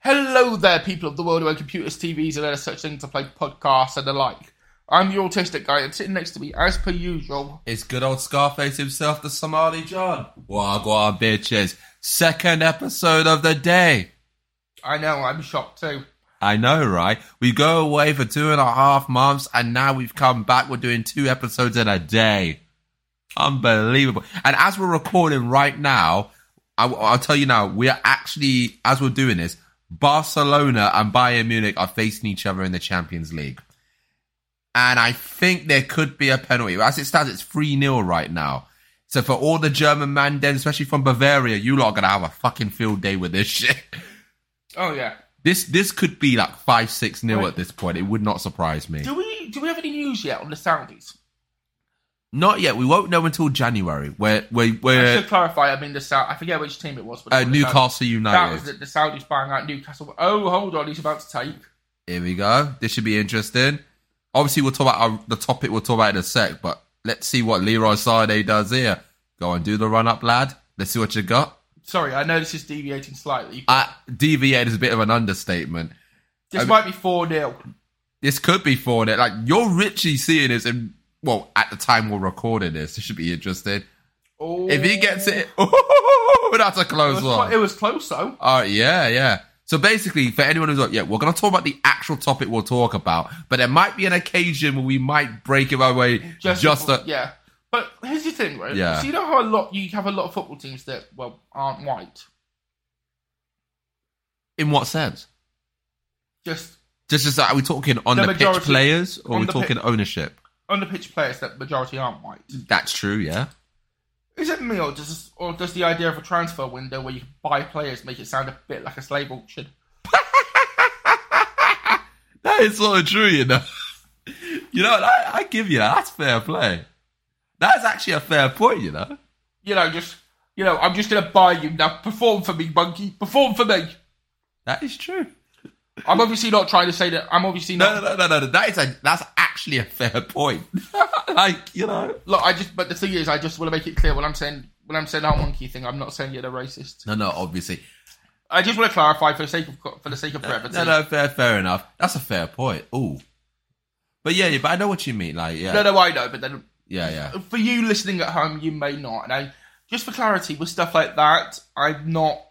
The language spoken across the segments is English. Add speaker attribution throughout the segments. Speaker 1: Hello there, people of the world who own computers, TVs, and other such things to play podcasts and the like. I'm the autistic guy, and sitting next to me, as per usual,
Speaker 2: It's good old Scarface himself, the Somali John. Wagwan bitches. Second episode of the day.
Speaker 1: I know I'm shocked too.
Speaker 2: I know, right? We go away for two and a half months and now we've come back. We're doing two episodes in a day. Unbelievable. And as we're recording right now, I, will tell you now, we are actually, as we're doing this, Barcelona and Bayern Munich are facing each other in the Champions League. And I think there could be a penalty. As it stands, it's 3 0 right now. So for all the German man then, especially from Bavaria, you lot are going to have a fucking field day with this shit.
Speaker 1: Oh yeah.
Speaker 2: This this could be like five six nil at this point. It would not surprise me.
Speaker 1: Do we do we have any news yet on the Saudis?
Speaker 2: Not yet. We won't know until January. Where where
Speaker 1: I
Speaker 2: where
Speaker 1: should clarify. I mean the South. I forget which team it was, but it
Speaker 2: uh,
Speaker 1: was the
Speaker 2: Newcastle
Speaker 1: Saudis. That was
Speaker 2: United.
Speaker 1: it, the Saudis buying out Newcastle. Oh, hold on, he's about to take.
Speaker 2: Here we go. This should be interesting. Obviously, we'll talk about our, the topic. We'll talk about in a sec. But let's see what Leroy Sade does here. Go and do the run up, lad. Let's see what you got.
Speaker 1: Sorry, I know this is deviating slightly.
Speaker 2: Uh, DVA is a bit of an understatement.
Speaker 1: This
Speaker 2: I-
Speaker 1: might be four 0
Speaker 2: This could be for it. Like you're richly seeing this, and well, at the time we're recording this, it should be interesting.
Speaker 1: Oh,
Speaker 2: If he gets it, oh, that's a
Speaker 1: it
Speaker 2: close
Speaker 1: was,
Speaker 2: one.
Speaker 1: clo- it was close though.
Speaker 2: Oh yeah, yeah. So basically, for anyone who's like, yeah, we're going to talk about the actual topic we'll talk about, but there might be an occasion where we might break it away just, just
Speaker 1: before-
Speaker 2: a,
Speaker 1: yeah. But here's the thing, right?
Speaker 2: Yeah.
Speaker 1: So you know how a lot you have a lot of football teams that well aren't white.
Speaker 2: in what sense?
Speaker 1: Just
Speaker 2: Just, just like, are we talking on
Speaker 1: The
Speaker 2: the, pitch
Speaker 1: majority-
Speaker 2: players or are
Speaker 1: on
Speaker 2: we
Speaker 1: the pi-
Speaker 2: talking ownership?
Speaker 1: on the pitch players that majority aren't white.
Speaker 2: That's true, yeah.
Speaker 1: Is it me or does or does the idea of a transfer window where you can buy players make it sound a bit like a slave auction?
Speaker 2: That is sort of true, you know. you know, I, I give you that. That's fair play. That's actually a fair point, you know.
Speaker 1: You know, just you know, I'm just gonna buy you now. Perform for me, monkey. Perform for me.
Speaker 2: That is true.
Speaker 1: I'm obviously not trying to say that. I'm obviously
Speaker 2: No,
Speaker 1: not.
Speaker 2: no, no, no, no. That is a, that's actually a fair point. like, you know.
Speaker 1: Look, I just. But the thing is, I just want to make it clear when I'm saying when I'm saying that monkey thing. I'm not saying you're a racist.
Speaker 2: No, no, obviously.
Speaker 1: I just want to clarify for the sake of co- for the sake of brevity.
Speaker 2: No, no, fair, fair enough. That's a fair point. Ooh, but yeah, yeah, but I know what you mean. Like, yeah,
Speaker 1: No, no, I know, but then
Speaker 2: yeah, yeah.
Speaker 1: for you listening at home, you may not. And I, just for clarity, with stuff like that, I'm not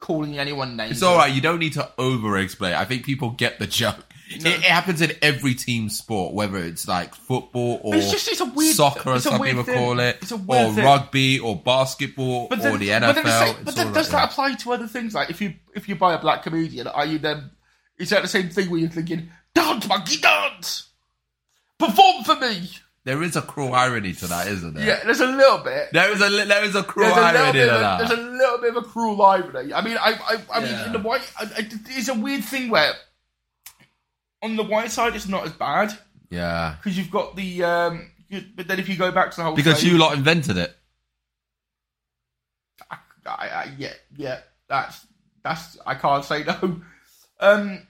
Speaker 1: calling anyone names.
Speaker 2: It's all right. You don't need to over-explain. I think people get the joke. It, it happens in every team sport, whether it's like football or
Speaker 1: It's just- it's a weird-
Speaker 2: soccer, as
Speaker 1: it's a
Speaker 2: some
Speaker 1: weird
Speaker 2: people
Speaker 1: thing.
Speaker 2: call it,
Speaker 1: It's a weird
Speaker 2: or
Speaker 1: thing.
Speaker 2: rugby or basketball
Speaker 1: But
Speaker 2: or
Speaker 1: then,
Speaker 2: the
Speaker 1: but then, the
Speaker 2: NFL.
Speaker 1: same-
Speaker 2: It's
Speaker 1: but then
Speaker 2: all
Speaker 1: does
Speaker 2: like
Speaker 1: that
Speaker 2: that.
Speaker 1: apply to other things? Like if you if you buy a black comedian, are you then? Is that the same thing where you're thinking, "Dance, monkey, dance, perform for me"?
Speaker 2: There is a cruel irony to that, isn't there?
Speaker 1: Yeah, there's a little bit.
Speaker 2: There is a li- there is a cruel
Speaker 1: There's a, little
Speaker 2: irony
Speaker 1: bit
Speaker 2: to
Speaker 1: of
Speaker 2: that.
Speaker 1: a, there's a little bit of a cruel irony. I mean, I, I, I mean,
Speaker 2: Yeah.
Speaker 1: in the white, I, I, it's a weird thing where on the white side it's not as bad
Speaker 2: yeah,
Speaker 1: because you've got the. Um, you- but then if you go back to the whole
Speaker 2: because
Speaker 1: thing-
Speaker 2: you lot invented it.
Speaker 1: I, I, I- yeah, yeah, that's that's I can't say no. Um,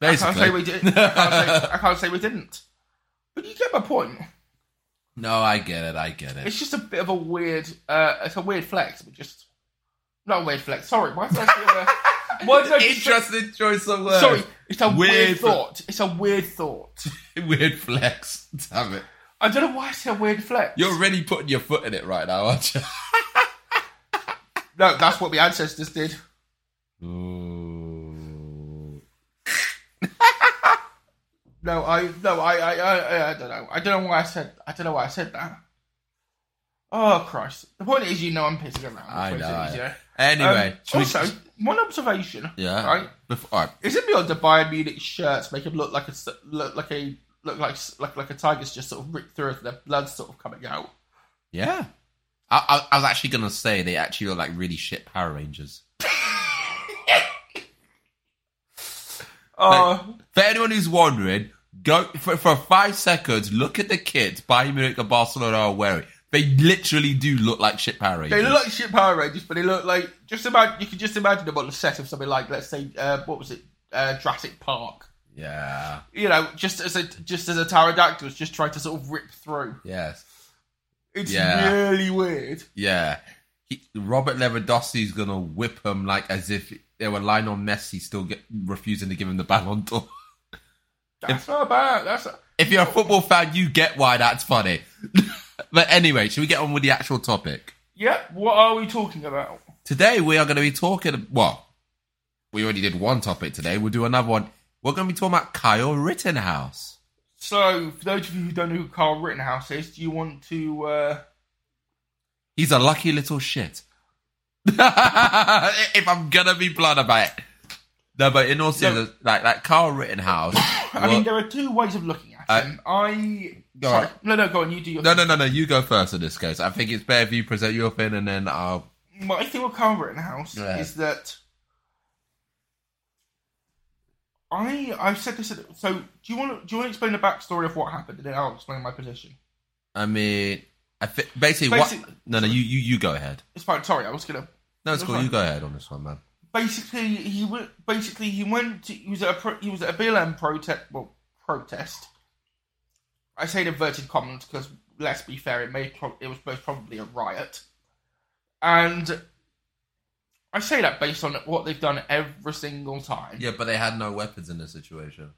Speaker 1: I can't say we
Speaker 2: Basically,
Speaker 1: did. I can't say, I can't say we didn't. But you get my point.
Speaker 2: no, I get it. I get it.
Speaker 1: It's just a bit of a weird. Uh, it's a weird flex, but just not a weird flex. Sorry, why did I say weird? Why did I just say-
Speaker 2: Interesting choice of words.
Speaker 1: Sorry, it's a weird,
Speaker 2: Weird fl-
Speaker 1: thought. It's a weird thought.
Speaker 2: Weird flex. Damn it.
Speaker 1: I don't know why it's a weird flex.
Speaker 2: You're really putting your foot in it right now, aren't you?
Speaker 1: No, that's what my ancestors did. No, I no, I I, I I- I don't know. I don't know why I said I don't know why I said that. Oh Christ! The point is, you know, I'm pissing around.
Speaker 2: I
Speaker 1: That's what it is,
Speaker 2: know.
Speaker 1: yeah.
Speaker 2: Anyway,
Speaker 1: Um,
Speaker 2: should we-
Speaker 1: also, one observation.
Speaker 2: yeah,
Speaker 1: Right?
Speaker 2: Bef- all right.
Speaker 1: Isn't beyond the Bayern Munich shirts make him look like a s- look like a look like s- like like a tiger's just sort of ripped through it and their blood's sort of coming out.
Speaker 2: Yeah. I, I, I was actually going to say they actually look like really shit Power Rangers.
Speaker 1: Oh,
Speaker 2: For anyone who's wondering, go for, for five seconds, look at the kits Bayern Munich and Barcelona are wearing. They literally do look like shit Power Rangers.
Speaker 1: they look like shit Power Rangers, but they look like just about you can just imagine them on the set of something like let's say uh, what was it, uh, Jurassic Park.
Speaker 2: Yeah.
Speaker 1: You know, just as a just as a pterodactyl was just trying to sort of rip through.
Speaker 2: Yes.
Speaker 1: It's
Speaker 2: Yeah.
Speaker 1: really weird.
Speaker 2: Yeah. He, Robert Lewandowski's going to whip them like as if they were Lionel Messi still get, refusing to give him the Ballon d'Or.
Speaker 1: That's not bad. That's not-
Speaker 2: If you're a football fan, you get why that's funny. but anyway, should we get on with the actual topic?
Speaker 1: yep. What are we talking about?
Speaker 2: Today we are going to be talking. Well, we already did one topic today. We'll do another one. We're going to be talking about Kyle Rittenhouse.
Speaker 1: So, for those of you who don't know who Carl Rittenhouse is, do you want to? Uh,
Speaker 2: He's a lucky little shit. if I'm gonna be blunt about it, no, but in all seriousness, like like Kyle Rittenhouse.
Speaker 1: I mean,
Speaker 2: well-
Speaker 1: there are two ways of looking at
Speaker 2: Uh,
Speaker 1: him. I
Speaker 2: go
Speaker 1: sorry.
Speaker 2: on.
Speaker 1: no, no, go on. You do your
Speaker 2: no, no, no, no. You go first in this case. I think it's better if you present your thing, and then I'll.
Speaker 1: My thing with Carl Rittenhouse
Speaker 2: Yeah.
Speaker 1: is that I I've said this. at- So, do you want to do you want to explain the backstory of what happened, and then I'll explain my position.
Speaker 2: I mean, I think basically,
Speaker 1: Basic-
Speaker 2: what? No, no. You, you, you go ahead.
Speaker 1: It's fine. Sorry, I was gonna
Speaker 2: No,
Speaker 1: That's
Speaker 2: it's cool.
Speaker 1: fine.
Speaker 2: You go ahead on this one, man.
Speaker 1: basically he went. Basically, he went. To, he was at a pro, he was at a BLM protest. Well, protest. I say in inverted commas because let's be fair, it may pro- it was most probably a riot, and I say that based on what they've done every single time.
Speaker 2: Yeah, but they had no weapons in this situation.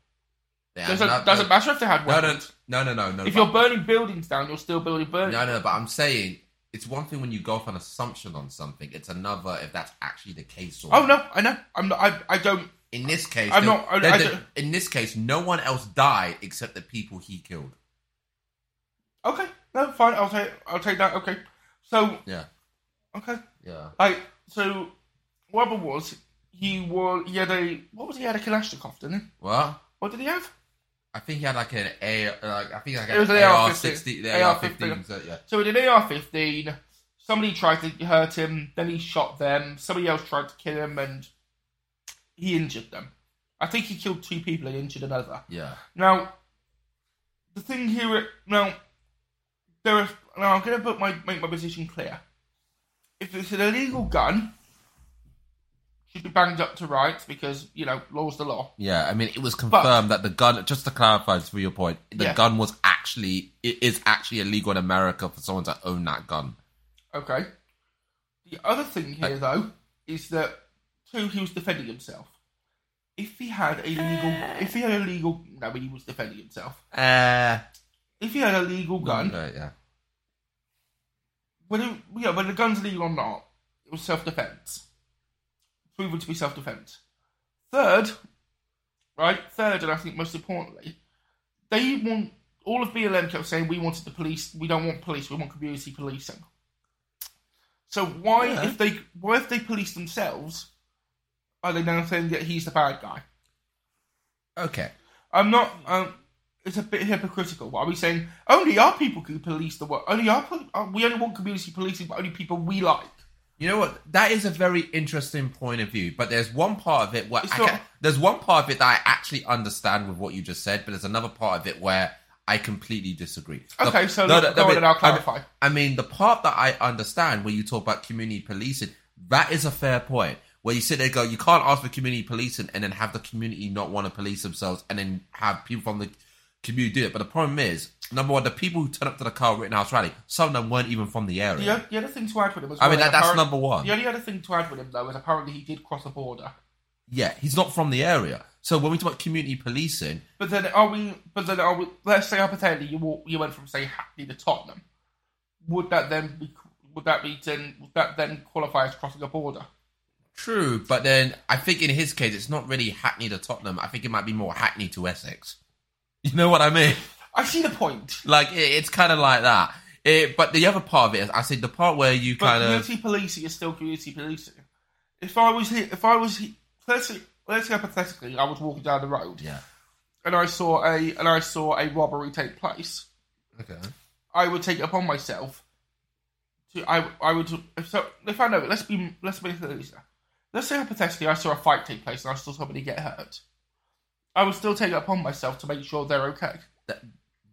Speaker 2: They had
Speaker 1: doesn't,
Speaker 2: no-
Speaker 1: doesn't matter if they had
Speaker 2: No,
Speaker 1: weapons.
Speaker 2: no, no, no, no, no.
Speaker 1: if
Speaker 2: but-
Speaker 1: you're burning buildings down, you're still building buildings.
Speaker 2: No, no, but I'm saying it's one thing when you go off an assumption on something; it's another if that's actually the case. Or
Speaker 1: Oh no, I know. I'm not. I, I don't.
Speaker 2: In this case,
Speaker 1: I'm
Speaker 2: no-
Speaker 1: not- I-
Speaker 2: no,
Speaker 1: I
Speaker 2: no,
Speaker 1: don't-
Speaker 2: in this case, no one else died except the people he killed.
Speaker 1: Okay, no, fine. I'll take. I'll take that. Okay. So
Speaker 2: Yeah,
Speaker 1: okay.
Speaker 2: yeah.
Speaker 1: Like so, what happened was he was he had a what was he had a Kalashnikov, didn't he?
Speaker 2: Well,
Speaker 1: What did he have?
Speaker 2: I think he had like an A. Like, I think like
Speaker 1: It was an
Speaker 2: AR-16, the
Speaker 1: AR-15.
Speaker 2: AR-15. So, yeah.
Speaker 1: So he did AR fifteen. Somebody tried to hurt him, then he shot them. Somebody else tried to kill him, and he injured them. I think he killed two people and injured another.
Speaker 2: Yeah.
Speaker 1: Now, the thing here, now, there is. Now, I'm going to put my make my position clear. If it's an illegal gun, should be banged up to rights because you know law's the law.
Speaker 2: Yeah, I mean, it was confirmed that the gun. Just to clarify, for your point, the
Speaker 1: Yeah.
Speaker 2: gun was actually it is actually illegal in America for someone to own that gun.
Speaker 1: Okay. The other thing here, though, is that two, he was defending himself. If he had a legal, if he had a legal, no, he was defending himself.
Speaker 2: Uh,
Speaker 1: If he had a legal gun,
Speaker 2: Right, Uh, yeah.
Speaker 1: whether you know, whether the gun's legal or not, it was self defense. Proven to be self defense. Third, right? Third, and I think most importantly, they want all of BLM kept saying we wanted the police. We don't want police. We want community policing. So why,
Speaker 2: Yeah.
Speaker 1: if they, why if they police themselves, are they now saying that he's the bad guy?
Speaker 2: Okay.
Speaker 1: I'm not. Um, it's a bit hypocritical. What are we saying? Only our people can police the world. Only our pol- uh, we only want community policing, but only people we like.
Speaker 2: You know what? That is a very interesting point of view, but there's one part of it where
Speaker 1: It's
Speaker 2: I
Speaker 1: not-
Speaker 2: can, there's one part of it that I actually understand with what you just said, but there's another part of it where I completely disagree. The-
Speaker 1: Okay, so look, go on
Speaker 2: I mean-
Speaker 1: and I'll
Speaker 2: I mean-
Speaker 1: clarify.
Speaker 2: I mean, the part that I understand where you talk about community policing, that is a fair point. Where you sit there and go, you can't ask for community policing and then have the community not want to police themselves and then have people from the community do it. But the problem is, number one, the people who turn up to the Carl Rittenhouse rally, some of them weren't even from the area.
Speaker 1: The, o- the other thing to add with him was
Speaker 2: I mean,
Speaker 1: well,
Speaker 2: that- that's
Speaker 1: apparent-
Speaker 2: number one.
Speaker 1: The only other thing to add with him though is apparently he did cross a border.
Speaker 2: Yeah, he's not from the area. So when we talk about community policing,
Speaker 1: But then are we? But then are we? Let's say hypothetically you walk, you went from say Hackney to Tottenham. Would that then be? would that be then? Would that then qualify as crossing a border?
Speaker 2: True, but then I think in his case, it's not really Hackney to Tottenham. I think it might be more Hackney to Essex. You know what I mean?
Speaker 1: I see the point.
Speaker 2: Like it, it's kind of like that. It, but the other part of it is, I said the part where you
Speaker 1: But
Speaker 2: kind of
Speaker 1: community policing is still community policing. If I was here, if I was here, let's say, let's say hypothetically, I was walking down the road
Speaker 2: yeah,
Speaker 1: and I saw a and I saw a robbery take place.
Speaker 2: okay,
Speaker 1: I would take it upon myself. To I I would if so if I know it. Let's be let's make it easier. Let's say hypothetically, I saw a fight take place and I saw somebody get hurt. I would still take it upon myself to make sure they're okay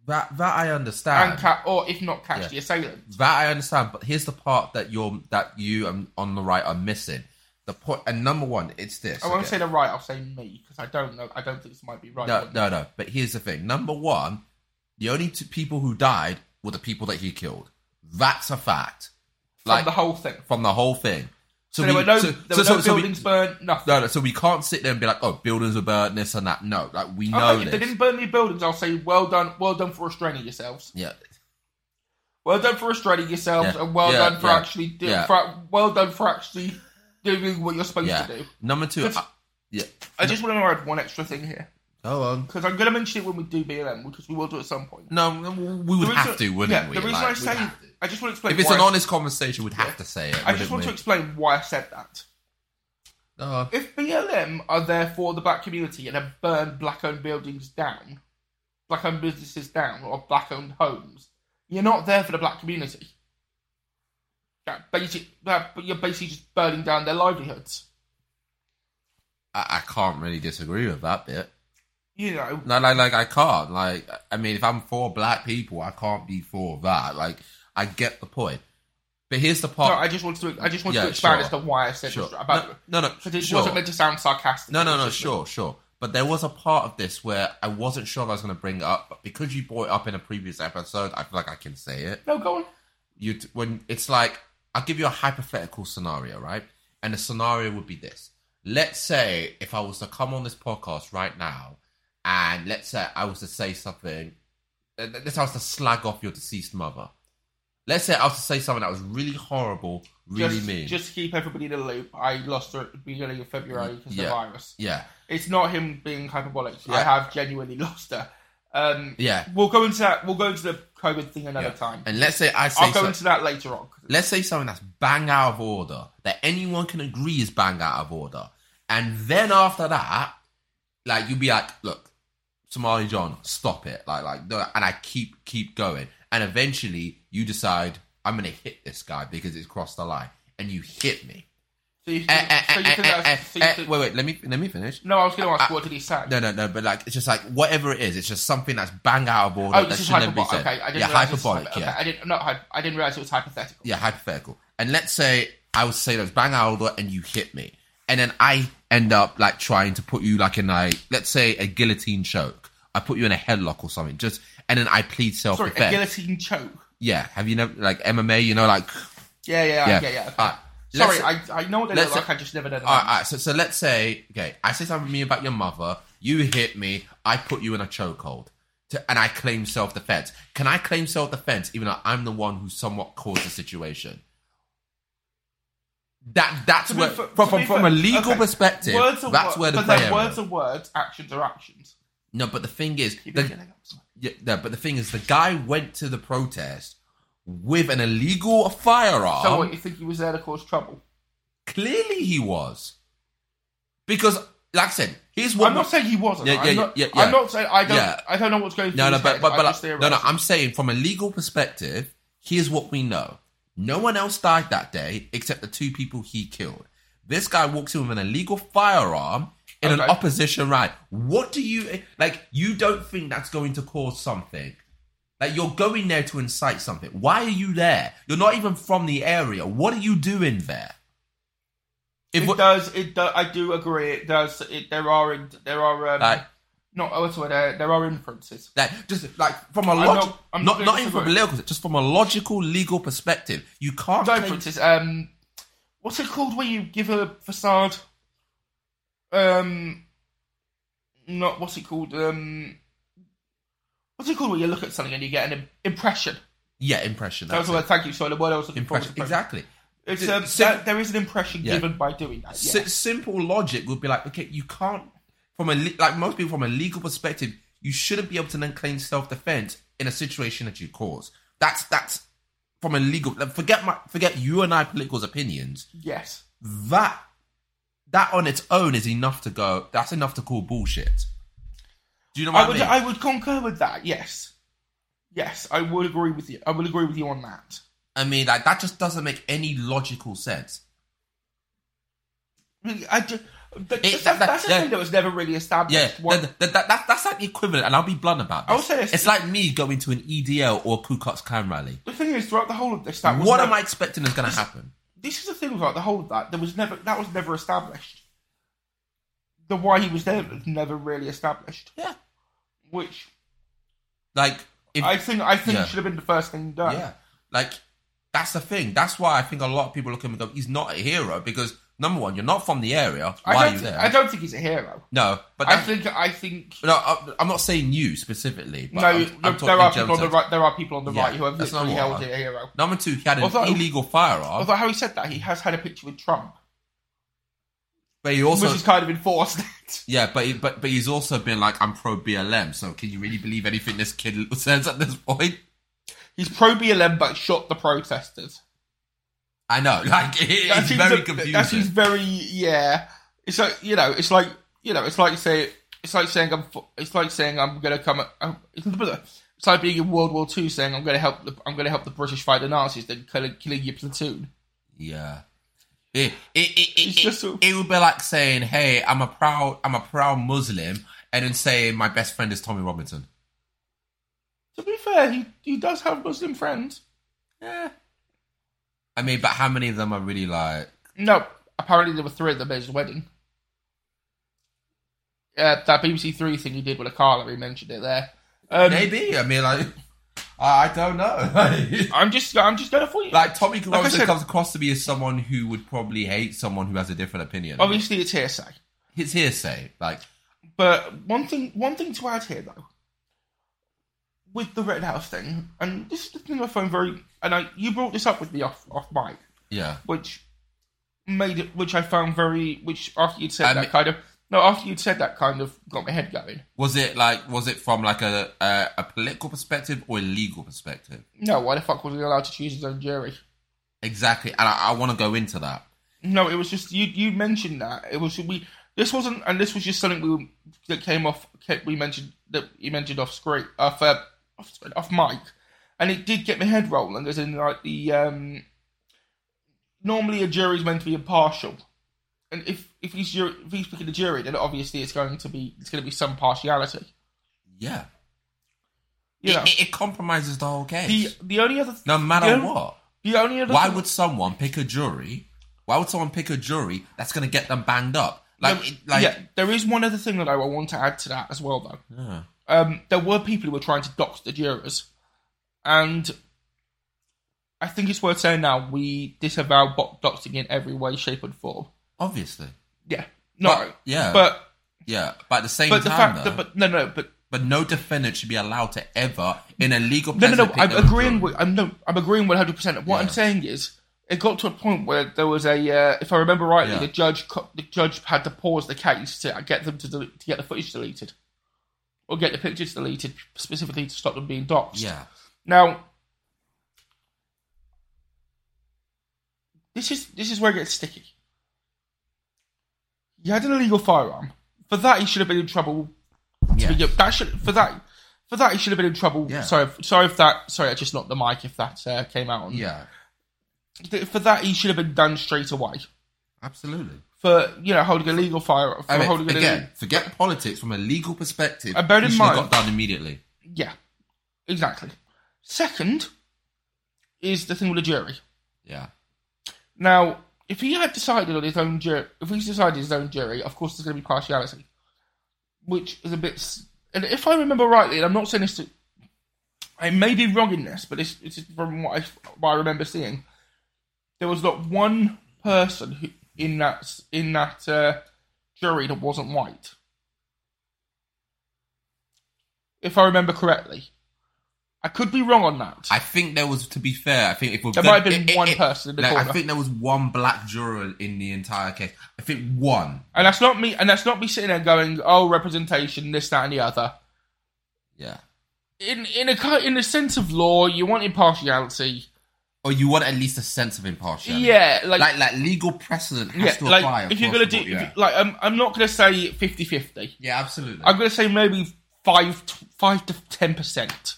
Speaker 2: that that I understand.
Speaker 1: and ca- or if not catch
Speaker 2: Yeah.
Speaker 1: the assailant.
Speaker 2: That I understand, but here's the part that you're that you and on the right are missing. The point and number one, it's this.
Speaker 1: I won't
Speaker 2: okay?
Speaker 1: say the right. I'll say me because I don't know. I don't think this might be right.
Speaker 2: no, no, no. But here's the thing. Number one, the only two people who died were the people that he killed. That's a fact.
Speaker 1: From the whole thing.
Speaker 2: from the whole thing.
Speaker 1: So
Speaker 2: So
Speaker 1: there
Speaker 2: we-
Speaker 1: were no,
Speaker 2: so-
Speaker 1: there
Speaker 2: so-
Speaker 1: were
Speaker 2: so-
Speaker 1: no
Speaker 2: so we-
Speaker 1: buildings burnt, nothing.
Speaker 2: No, no. So we can't sit there and be like, "Oh, buildings are burnt, this and that." No, like we know
Speaker 1: Okay, if they
Speaker 2: this.
Speaker 1: didn't burn any buildings, I'll say well done, well done for restraining yourselves.
Speaker 2: yeah,
Speaker 1: Well done for restraining yourselves,
Speaker 2: Yeah,
Speaker 1: and well
Speaker 2: yeah,
Speaker 1: done for
Speaker 2: yeah,
Speaker 1: actually do,
Speaker 2: yeah.
Speaker 1: for, well done for actually doing what you're supposed
Speaker 2: yeah.
Speaker 1: to do.
Speaker 2: Number two,
Speaker 1: That's-
Speaker 2: I- yeah.
Speaker 1: I just want to add one extra thing here
Speaker 2: Go on.
Speaker 1: because I'm going to mention it when we do BLM because we will do it at some point.
Speaker 2: No, we
Speaker 1: The
Speaker 2: would
Speaker 1: reason-
Speaker 2: have to, wouldn't
Speaker 1: yeah,
Speaker 2: we?
Speaker 1: The reason
Speaker 2: Like,
Speaker 1: I
Speaker 2: we'd
Speaker 1: say
Speaker 2: have to.
Speaker 1: I just want to explain.
Speaker 2: if it's
Speaker 1: why
Speaker 2: an
Speaker 1: I-
Speaker 2: honest conversation, we'd have to say it.
Speaker 1: I just want
Speaker 2: wouldn't
Speaker 1: to
Speaker 2: we?
Speaker 1: explain why I said that.
Speaker 2: Go on.
Speaker 1: If BLM are there for the black community and have burned black owned buildings down, black owned businesses down, or black owned homes, you're not there for the black community. That basic, that, but you're basically just burning down their livelihoods.
Speaker 2: I, I can't really disagree with that bit.
Speaker 1: You know,
Speaker 2: No, like, like I can't. Like, I mean, if I'm for black people, I can't be for that. Like, I get the point. But here's the
Speaker 1: no,
Speaker 2: part.
Speaker 1: I just want to, I just want
Speaker 2: Yeah,
Speaker 1: to expand
Speaker 2: sure.
Speaker 1: as to why I said
Speaker 2: Sure.
Speaker 1: this about
Speaker 2: No, no, no,
Speaker 1: because it
Speaker 2: sure.
Speaker 1: wasn't meant to sound sarcastic.
Speaker 2: No, no, no,
Speaker 1: It's just-
Speaker 2: sure, sure. But there was a part of this where I wasn't sure if I was going to bring it up, but because you brought it up in a previous episode, I feel like I can say it.
Speaker 1: No, go on.
Speaker 2: You t- when it's like I'll give you a hypothetical scenario, right? And the scenario would be this: Let's say if I was to come on this podcast right now, and let's say I was to say something, uh, let's say I was to slag off your deceased mother. Let's say I was to say something that was really horrible, really
Speaker 1: just,
Speaker 2: mean.
Speaker 1: just to keep everybody in the loop. I lost her at the beginning of February because
Speaker 2: Yeah.
Speaker 1: of the virus.
Speaker 2: yeah,
Speaker 1: It's not him being hyperbolic. I
Speaker 2: Yeah.
Speaker 1: have genuinely lost her. Um,
Speaker 2: Yeah.
Speaker 1: we'll go into that. We'll go into the COVID thing another
Speaker 2: yeah.
Speaker 1: time.
Speaker 2: And let's say I say
Speaker 1: I'll go
Speaker 2: so-
Speaker 1: into that later on.
Speaker 2: let's say something that's bang out of order that anyone can agree is bang out of order, and then after that, like you'll be like, look, Somali John, stop it, like like, no, and I keep keep going, and eventually you decide I'm gonna hit this guy because it's crossed the line, and you hit me.
Speaker 1: So you,
Speaker 2: Eh, eh,
Speaker 1: so you
Speaker 2: eh,
Speaker 1: think
Speaker 2: eh,
Speaker 1: that's- so
Speaker 2: eh,
Speaker 1: you
Speaker 2: eh,
Speaker 1: think-
Speaker 2: Wait, wait, let me let me finish.
Speaker 1: No, I was going to ask
Speaker 2: I-
Speaker 1: what did he say?
Speaker 2: No, no, no. But like, it's just like whatever it is, it's just something that's bang out of order
Speaker 1: oh,
Speaker 2: that
Speaker 1: this is
Speaker 2: should never be
Speaker 1: hyperbolic.
Speaker 2: said.
Speaker 1: Okay, I didn't
Speaker 2: yeah,
Speaker 1: realize this was
Speaker 2: hyperbolic.
Speaker 1: hyper-
Speaker 2: yeah,
Speaker 1: okay, I didn't not. hy- I didn't realize it was hypothetical.
Speaker 2: yeah, hypothetical. And let's say I would say those bang out order and you hit me. And then I end up like trying to put you like in a let's say a guillotine choke. I put you in a headlock or something. Just and then I plead self
Speaker 1: Sorry, a
Speaker 2: defense.
Speaker 1: guillotine choke.
Speaker 2: Yeah. Have you never like MMA, you know, like
Speaker 1: Yeah, yeah,
Speaker 2: Yeah.
Speaker 1: Uh, yeah, yeah. okay.
Speaker 2: Alright,
Speaker 1: Sorry,
Speaker 2: let's-
Speaker 1: I, I know what they
Speaker 2: let's
Speaker 1: look like.
Speaker 2: say-
Speaker 1: I just never know. the
Speaker 2: all right,
Speaker 1: names.
Speaker 2: all right, so so let's say okay, I say something mean about your mother, you hit me, I put you in a chokehold. To- And I claim self defense. Can I claim self defense even though I'm the one who somewhat caused the situation? That that's
Speaker 1: To be
Speaker 2: where
Speaker 1: fa-
Speaker 2: from,
Speaker 1: to
Speaker 2: from,
Speaker 1: be
Speaker 2: from
Speaker 1: fair-
Speaker 2: a legal
Speaker 1: okay.
Speaker 2: perspective,
Speaker 1: Words are
Speaker 2: that's
Speaker 1: wo-
Speaker 2: where the
Speaker 1: but then
Speaker 2: play area
Speaker 1: words
Speaker 2: is.
Speaker 1: are words, actions are actions.
Speaker 2: No, but the thing is,
Speaker 1: Keep
Speaker 2: the-
Speaker 1: it going, I'm sorry.
Speaker 2: yeah, no, but the thing is, the guy went to the protest with an illegal firearm.
Speaker 1: So, what you think he was there to cause trouble?
Speaker 2: Clearly, he was because, like I said, here's what
Speaker 1: I'm not saying he wasn't.
Speaker 2: Yeah, yeah,
Speaker 1: I'm, not,
Speaker 2: yeah, yeah.
Speaker 1: I'm not saying I don't.
Speaker 2: Yeah.
Speaker 1: I don't know what's going through.
Speaker 2: no, no,
Speaker 1: his
Speaker 2: but
Speaker 1: head.
Speaker 2: but,
Speaker 1: I'm
Speaker 2: but
Speaker 1: just
Speaker 2: no, no.
Speaker 1: theorising.
Speaker 2: I'm saying from a legal perspective, here's what we know: no one else died that day except the two people he killed. This guy walks in with an illegal firearm in an
Speaker 1: Okay.
Speaker 2: opposition riot. What do you like? You don't think that's going to cause something? Like you're going there to incite something. Why are you there? You're not even from the area. What are you doing there? If
Speaker 1: it
Speaker 2: what-
Speaker 1: does. It do, I do agree. It does. It, there are. in- There are. Um,
Speaker 2: Like-
Speaker 1: not oh, what's the word, uh, There are inferences.
Speaker 2: That just like from a
Speaker 1: I'm
Speaker 2: log,
Speaker 1: not-
Speaker 2: not
Speaker 1: I'm
Speaker 2: not,
Speaker 1: not
Speaker 2: even
Speaker 1: gonna
Speaker 2: from a legal, just from a logical legal perspective, you
Speaker 1: Not
Speaker 2: can't. claim-
Speaker 1: inferences. Um, what's it called where you give a facade? Um, not what's it called? Um, what's it called where you look at something and you get an im- impression?
Speaker 2: Yeah, impression.
Speaker 1: That was
Speaker 2: that's
Speaker 1: the word.
Speaker 2: it.
Speaker 1: Thank you. So the word I was looking for was
Speaker 2: Impression. Exactly.
Speaker 1: It's,
Speaker 2: S-
Speaker 1: um,
Speaker 2: sim-
Speaker 1: that- there is an impression
Speaker 2: Yeah.
Speaker 1: given by doing that.
Speaker 2: si-
Speaker 1: Yeah.
Speaker 2: simple logic would be like, okay, you can't from a le- like most people from a legal perspective, you shouldn't be able to then claim self defense in a situation that you cause. That's that's from a legal. like, Forget my forget you and I political's opinions.
Speaker 1: yes.
Speaker 2: That that on its own is enough to go. That's enough to call bullshit. Do you know what I,
Speaker 1: I would.
Speaker 2: mean?
Speaker 1: I would concur with that. Yes. Yes, I would agree with you. I would agree with you on that.
Speaker 2: I mean, like that just doesn't make any logical sense.
Speaker 1: I just, that,
Speaker 2: It's-
Speaker 1: that-
Speaker 2: that-
Speaker 1: that's a
Speaker 2: yeah.
Speaker 1: thing that was never really established.
Speaker 2: Yeah,
Speaker 1: What-
Speaker 2: that, that, that, that- that's like the equivalent, and I'll be blunt about this.
Speaker 1: I would say it's-
Speaker 2: it's like me going to an EDL or a Ku Klux Klan rally.
Speaker 1: the thing is, throughout the whole of this, that was
Speaker 2: what
Speaker 1: never-
Speaker 2: am I expecting is going to happen?
Speaker 1: This is the thing about the whole of that. There was never that was never established. The why he was there was never really established,
Speaker 2: Yeah,
Speaker 1: which
Speaker 2: like if
Speaker 1: I think I think
Speaker 2: Yeah.
Speaker 1: should have been the first thing done.
Speaker 2: yeah, like that's the thing. That's why I think a lot of people look at him and go, "He's not a hero," because number one, you're not from the area. Why
Speaker 1: I
Speaker 2: are
Speaker 1: don't.
Speaker 2: you
Speaker 1: thi-
Speaker 2: there?
Speaker 1: I don't think he's a hero.
Speaker 2: no, but
Speaker 1: I
Speaker 2: that-
Speaker 1: think I think
Speaker 2: no, I- I'm not saying you specifically. But
Speaker 1: no.
Speaker 2: I'm,
Speaker 1: there-
Speaker 2: I'm talking
Speaker 1: there are
Speaker 2: in
Speaker 1: people on the
Speaker 2: terms of-
Speaker 1: right. There are people on the
Speaker 2: Yeah,
Speaker 1: right who have
Speaker 2: that's not
Speaker 1: literally
Speaker 2: what
Speaker 1: held
Speaker 2: I-
Speaker 1: it a hero.
Speaker 2: Number two, he had an
Speaker 1: Although-
Speaker 2: illegal firearm,
Speaker 1: Although how he said that, he has had a picture with Trump,
Speaker 2: but he also
Speaker 1: which is kind of enforced.
Speaker 2: Yeah, but he, but but he's also been like, I'm pro BLM. So can you really believe anything this kid says at this point?
Speaker 1: he's pro BLM, but shot the protesters.
Speaker 2: I know, like it-
Speaker 1: That
Speaker 2: it's
Speaker 1: seems
Speaker 2: very
Speaker 1: a-
Speaker 2: confusing.
Speaker 1: That seems very yeah. It's like you know, it's like you know, it's like say, it's like saying I'm, fo- it's like saying I'm gonna come. I'm, it's a bit of- it's like being in World War Two, saying I'm gonna help the, I'm gonna help the British fight the Nazis, then killing, killing your platoon.
Speaker 2: yeah. It it it,
Speaker 1: It's
Speaker 2: it, it,
Speaker 1: just so-
Speaker 2: it would be like saying, "Hey, I'm a proud I'm a proud Muslim," and then saying, "My best friend is Tommy Robinson."
Speaker 1: To be fair, he he does have Muslim friends.
Speaker 2: Yeah. I mean, but how many of them are really like?
Speaker 1: No, apparently there were three of them at his wedding. Uh, that BBC Three thing he did with a Carla, he mentioned it there. Um,
Speaker 2: Maybe I mean, like I I don't know.
Speaker 1: I'm just I'm just gonna for you.
Speaker 2: like Tommy
Speaker 1: I
Speaker 2: Robinson
Speaker 1: said-
Speaker 2: comes across to me as someone who would probably hate someone who has a different opinion.
Speaker 1: Obviously, it's hearsay.
Speaker 2: it's hearsay. Like
Speaker 1: But one thing, one thing to add here though, with the Red House thing, and this is the thing I found very, and I you brought this up with me off off mic,
Speaker 2: Yeah.
Speaker 1: which made it, which I found very, which after you'd said
Speaker 2: I
Speaker 1: that
Speaker 2: mean-
Speaker 1: kind of, no, after you'd said that kind of got my head going.
Speaker 2: Was it like was it from like a a, a political perspective or a legal perspective?
Speaker 1: No, why the fuck was he allowed to choose his own jury?
Speaker 2: Exactly, and I, I want to go into that.
Speaker 1: No, it was just you. You mentioned that it was we. This wasn't, and this was just something we that came off. kept- We mentioned that you mentioned off screen, off uh, off, screen, off mic, and it did get my head rolling. As in, like the um, normally a jury's meant to be impartial, and if if he's ju- if he's picking a jury, then obviously it's going to be it's going to be some partiality.
Speaker 2: Yeah,
Speaker 1: You know,
Speaker 2: it, it, it compromises the whole case.
Speaker 1: the the only other
Speaker 2: no matter
Speaker 1: the only-
Speaker 2: what,
Speaker 1: the only other
Speaker 2: why
Speaker 1: thing-
Speaker 2: would someone pick a jury? Why would someone pick a jury that's going to get them banged up? Like,
Speaker 1: There-
Speaker 2: it, like
Speaker 1: yeah, there is one other thing that I want to add to that as well, though. Um, there were people who were trying to dox the jurors, and I think it's worth saying now we disavow bo- doxing in every way, shape, and form.
Speaker 2: obviously,
Speaker 1: Yeah, no,
Speaker 2: But- yeah.
Speaker 1: but
Speaker 2: yeah. But at the same
Speaker 1: but the
Speaker 2: time,
Speaker 1: fact
Speaker 2: though,
Speaker 1: that
Speaker 2: but,
Speaker 1: but no, no, but
Speaker 2: no defendant should be allowed to ever in a legal.
Speaker 1: no, no, no.
Speaker 2: precedent pick
Speaker 1: I'm
Speaker 2: their own
Speaker 1: agreeing
Speaker 2: jury.
Speaker 1: with I'm no, I'm agreeing one hundred percent. What I'm
Speaker 2: Yeah.
Speaker 1: saying is. It got to a point where there was a, uh, if I remember rightly,
Speaker 2: Yeah.
Speaker 1: the judge co- the judge had to pause the case to get them to, del- to get the footage deleted, or get the pictures deleted specifically to stop them being doxed.
Speaker 2: Yeah,
Speaker 1: Now, this is this is where it gets sticky. He had an illegal firearm. For that, he should have been in trouble. to
Speaker 2: yeah.
Speaker 1: begin- that should for that for that he should have been in trouble.
Speaker 2: Yeah.
Speaker 1: Sorry, if- sorry if that. Sorry, I just knocked the mic. If that uh, came out, on.
Speaker 2: yeah,
Speaker 1: Th- For that, he should have been done straight away.
Speaker 2: absolutely.
Speaker 1: For you know, holding a legal firearm. For
Speaker 2: I mean,
Speaker 1: holding an
Speaker 2: again,
Speaker 1: illegal-
Speaker 2: forget politics from a legal perspective.
Speaker 1: And Uh, bear
Speaker 2: he
Speaker 1: in
Speaker 2: should have
Speaker 1: mind-
Speaker 2: got done immediately.
Speaker 1: yeah, exactly. Second is the thing with the jury.
Speaker 2: Yeah,
Speaker 1: Now, if he had decided on his own jury, if he's decided his own jury, of course there's going to be partiality, which is a bit. s- And if I remember rightly, and I'm not saying this to, I may be wrong in this, but it's, it's just from what I, what I remember seeing. There was not one person who, in that s- in that uh, jury that wasn't white, if I remember correctly. I could be wrong on that.
Speaker 2: I think there was, to be fair, I think if we're
Speaker 1: There
Speaker 2: gonna-
Speaker 1: might have been
Speaker 2: it- it-
Speaker 1: one
Speaker 2: it-
Speaker 1: person in the
Speaker 2: like, I
Speaker 1: corner.
Speaker 2: think there was one black juror in the entire case. I think one.
Speaker 1: and that's not me. And that's not me sitting there going, "Oh, representation, this, that, and the other."
Speaker 2: Yeah.
Speaker 1: In in a ki- in a sense of law, you want impartiality.
Speaker 2: Or you want at least a sense of impartiality.
Speaker 1: Yeah,
Speaker 2: Like,
Speaker 1: like
Speaker 2: like, legal precedent has
Speaker 1: yeah,
Speaker 2: to apply.
Speaker 1: like if you're gonna
Speaker 2: across the
Speaker 1: do, if
Speaker 2: board, yeah.
Speaker 1: you- like I'm, I'm not gonna say 50-50.
Speaker 2: yeah, absolutely.
Speaker 1: I'm gonna say maybe five t- five to ten percent,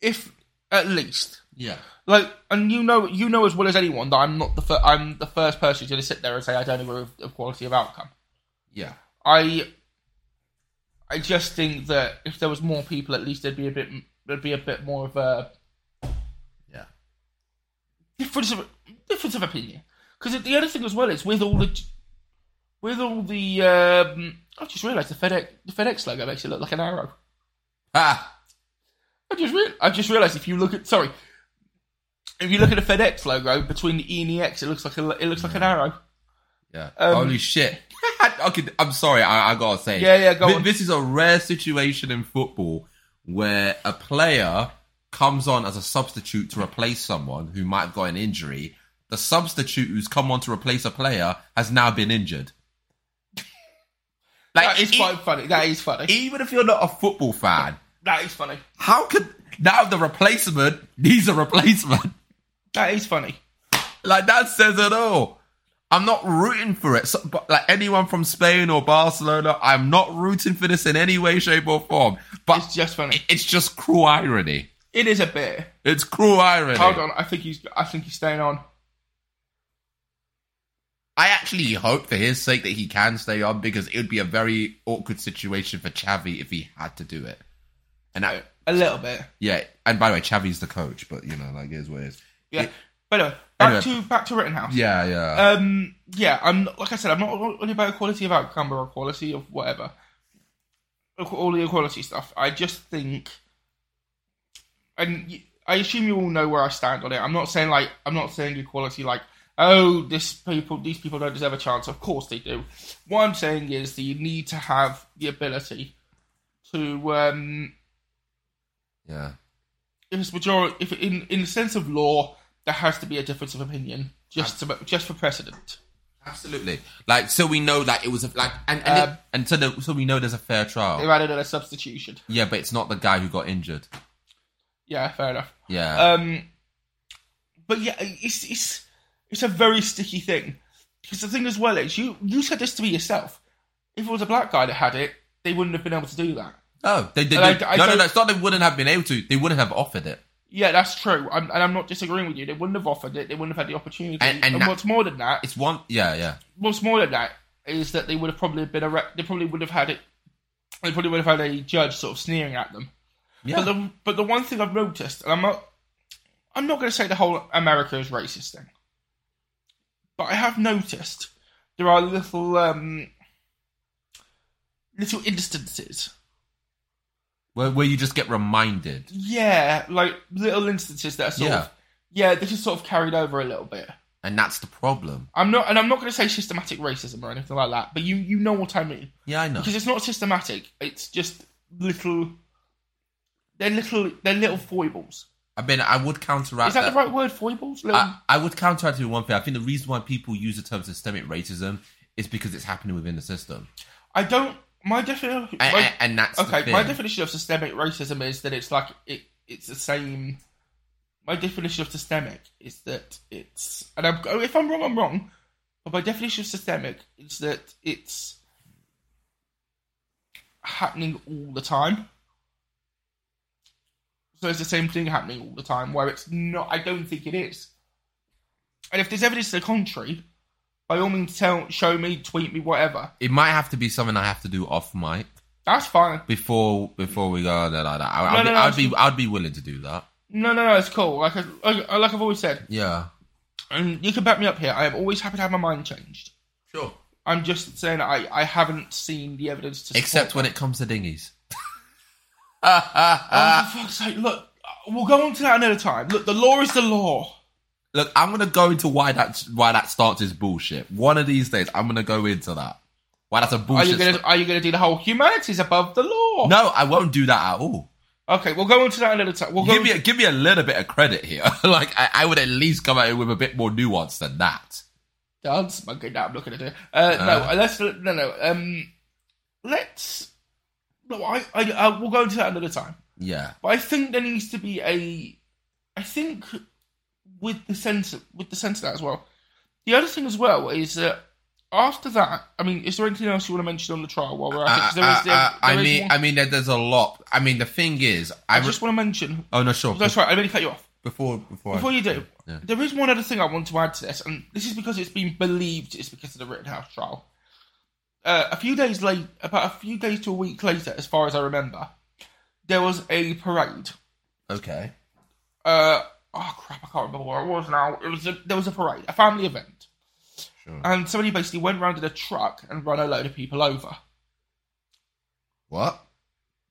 Speaker 1: if at least.
Speaker 2: yeah.
Speaker 1: Like, and you know, you know as well as anyone that I'm not the fir- I'm the first person who's gonna sit there and say I don't agree with the quality of outcome.
Speaker 2: Yeah.
Speaker 1: I I just think that if there was more people, at least there'd be a bit there'd be a bit more of a
Speaker 2: Yeah.
Speaker 1: difference of difference of opinion. Because the other thing as well is with all the with all the um, I just realised the FedEx the FedEx logo makes it look like an arrow.
Speaker 2: Ah.
Speaker 1: I just re- I just realised if you look at sorry if you look at the FedEx logo between the E and the X, it looks like a, it looks like an arrow.
Speaker 2: Yeah.
Speaker 1: Um,
Speaker 2: Holy shit. okay, I'm sorry. I, I gotta say.
Speaker 1: Yeah, yeah, go
Speaker 2: Thi-
Speaker 1: on.
Speaker 2: This is a rare situation in football where a player comes on as a substitute to replace someone who might have got an injury. The substitute who's come on to replace a player has now been injured.
Speaker 1: That is
Speaker 2: e-
Speaker 1: quite funny. That is funny.
Speaker 2: even if you're not a football fan,
Speaker 1: That is funny.
Speaker 2: how could now the replacement needs a replacement?
Speaker 1: That is funny.
Speaker 2: Like that says it all. I'm not rooting for it. So, but like anyone from Spain or Barcelona, I'm not rooting for this in any way, shape, or form. But
Speaker 1: It's just funny.
Speaker 2: it's just cruel irony.
Speaker 1: It is a bit.
Speaker 2: It's cruel irony.
Speaker 1: Hold on, I think he's. I think he's staying on.
Speaker 2: I actually hope for his sake that he can stay on because it would be a very awkward situation for Chavi if he had to do it. And I,
Speaker 1: A little bit.
Speaker 2: yeah, and by the way, Chavi's the coach, but you know, like it is what it is.
Speaker 1: Yeah.
Speaker 2: It-
Speaker 1: but anyway, back
Speaker 2: anyway.
Speaker 1: to back to Rittenhouse.
Speaker 2: yeah, yeah.
Speaker 1: Um. Yeah. I'm like I said. I'm not really about quality of outcome or quality of whatever. All the equality stuff. I just think, and y- I assume you all know where I stand on it. I'm not saying like I'm not saying equality like oh this people these people don't deserve a chance. Of course they do. What I'm saying is that you need to have the ability to um,
Speaker 2: yeah.
Speaker 1: if it's majority, if in in the sense of law, there has to be a difference of opinion just to, just for precedent.
Speaker 2: Absolutely. Like, so we know that it was a, like, and and, it-
Speaker 1: Um,
Speaker 2: and so, the, so we know there's a fair
Speaker 1: They've
Speaker 2: trial.
Speaker 1: added in a substitution.
Speaker 2: Yeah, but it's not the guy who got injured.
Speaker 1: Yeah, fair enough.
Speaker 2: Yeah.
Speaker 1: Um, but yeah, it's it's it's a very sticky thing because the thing as well is you you said this to me yourself. If it was a black guy that had it, they wouldn't have been able to do that.
Speaker 2: no, Oh, they, they,
Speaker 1: and I-
Speaker 2: they-
Speaker 1: I
Speaker 2: no, no,
Speaker 1: don't-
Speaker 2: no. It's not they wouldn't have been able to. They wouldn't have offered it.
Speaker 1: Yeah, that's true. I'm, and I'm not disagreeing with you. They wouldn't have offered it. They wouldn't have had the opportunity.
Speaker 2: And-
Speaker 1: And,
Speaker 2: and that-
Speaker 1: what's more than that,
Speaker 2: It's one. Yeah, yeah.
Speaker 1: what's more than that is that they would have probably been a re- they probably would have had it they probably would have had a judge sort of sneering at them.
Speaker 2: Yeah.
Speaker 1: But the but the one thing I've noticed, and I'm not I'm not going to say the whole America is racist thing, but I have noticed there are little um little instances.
Speaker 2: where, where you just get reminded.
Speaker 1: Yeah, like little instances that are sort
Speaker 2: Yeah.
Speaker 1: of yeah, this is sort of carried over a little bit.
Speaker 2: And that's the problem.
Speaker 1: I'm not, and I'm not going to say systematic racism or anything like that, but you you know what I mean.
Speaker 2: Yeah, I know.
Speaker 1: because it's not systematic. It's just little. They're little. They're little foibles.
Speaker 2: I mean, I would counteract
Speaker 1: Is that the right word? Foibles. Little,
Speaker 2: I, I would counteract you with one thing. I think the reason why people use the term systemic racism is because it's happening within the system.
Speaker 1: I don't. My definition.
Speaker 2: And, and, and that's the
Speaker 1: okay.
Speaker 2: thing.
Speaker 1: My definition of systemic racism is that it's like it. It's the same. My definition of systemic is that it's, and I'm, oh, if I'm wrong, I'm wrong. But my definition of systemic is that it's happening all the time. So it's the same thing happening all the time, where it's not. I don't think it is. And if there's evidence to the contrary, by all means, tell, show me, tweet me, whatever.
Speaker 2: It might have to be something I have to do off mic
Speaker 1: That's fine.
Speaker 2: before before we go there like that. I,
Speaker 1: No, no,
Speaker 2: I'd, be,
Speaker 1: no,
Speaker 2: I'd
Speaker 1: it's-
Speaker 2: be I'd be willing to do that.
Speaker 1: No, no, no, it's cool. Like, I, like, like I've always said,
Speaker 2: Yeah.
Speaker 1: and you can back me up here. I am always happy to have my mind changed.
Speaker 2: Sure.
Speaker 1: I'm just saying I, I haven't seen the evidence to support
Speaker 2: Except
Speaker 1: that.
Speaker 2: when it comes to dinghies.
Speaker 1: Oh, for fuck's sake! Look, we'll go on to that another time. Look, the law is the law.
Speaker 2: Look, I'm gonna go into why that why that stance is bullshit. One of these days, I'm gonna go into that. Why that's a
Speaker 1: Are
Speaker 2: bullshit.
Speaker 1: you gonna
Speaker 2: sta-
Speaker 1: Are you gonna do the whole humanity's above the law?
Speaker 2: no, I won't do that at all.
Speaker 1: Okay, we'll go into that a little time. We'll go
Speaker 2: give me a, give me a little bit of credit here. like I, I would at least come at it with a bit more nuance than that.
Speaker 1: dance monkey. No, I'm not going to do it. Uh, no, let's no no. Um, let's no. I, I, I we'll go into that another time.
Speaker 2: Yeah,
Speaker 1: But I think there needs to be a. I think with the sense with the sense of that as well. The other thing as well is that after that, I mean, is there anything else you want to mention on the trial while we're at it? 'Cause there
Speaker 2: Uh,
Speaker 1: is- there-
Speaker 2: uh, I
Speaker 1: there is
Speaker 2: mean,
Speaker 1: one-
Speaker 2: I mean, there- there's a lot. I mean, the thing is, I,
Speaker 1: I
Speaker 2: re-
Speaker 1: just want to mention.
Speaker 2: oh no, sure.
Speaker 1: That's right. I really cut you off.
Speaker 2: Before, before,
Speaker 1: Before
Speaker 2: I,
Speaker 1: you do,
Speaker 2: Yeah.
Speaker 1: there is one other thing I want to add to this, and this is because it's been believed it's because of the Rittenhouse trial. Uh, a few days late, about a few days to a week later, as far as I remember, there was a parade.
Speaker 2: okay,
Speaker 1: Uh, oh crap! I can't remember where it was now. It was a, there was a parade, a family event,
Speaker 2: sure.
Speaker 1: and somebody basically went round in a truck and run a load of people over.
Speaker 2: what?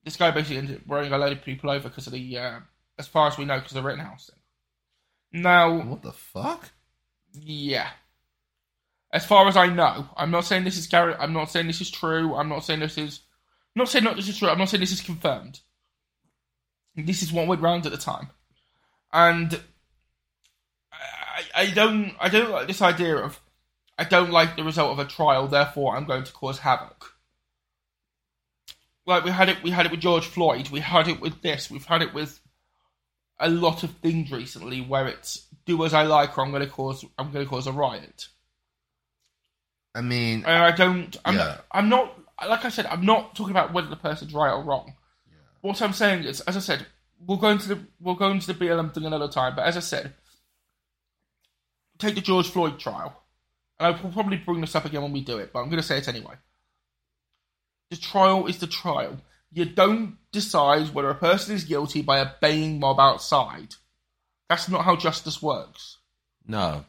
Speaker 1: This guy basically ended up running a load of people over because of the, uh, as far as we know, because of the Rittenhouse thing. Now,
Speaker 2: What the fuck?
Speaker 1: Yeah. As far as I know, I'm not saying this is Gary. I'm not saying this is true. I'm not saying this is. I'm not saying not this is true. I'm not saying this is confirmed. This is what went round at the time, and I, I I don't. I don't like this idea of. I don't like the result of a trial. Therefore, I'm going to cause havoc. Like we had it. We had it with George Floyd. We had it with this. We've had it with a lot of things recently where it's do as I like or I'm going to cause I'm going to cause a riot.
Speaker 2: I mean,
Speaker 1: And I don't. I'm,
Speaker 2: Yeah.
Speaker 1: I'm not. Like I said, I'm not talking about whether the person's right or wrong. What I'm saying is, as I said, we'll go into the we'll go into the BLM thing another time. But as I said, take the George Floyd trial, and I will probably bring this up again when we do it. But I'm going to say it anyway. The trial is the trial. You don't decide whether a person is guilty by a baying mob outside. That's not how justice works.
Speaker 2: no.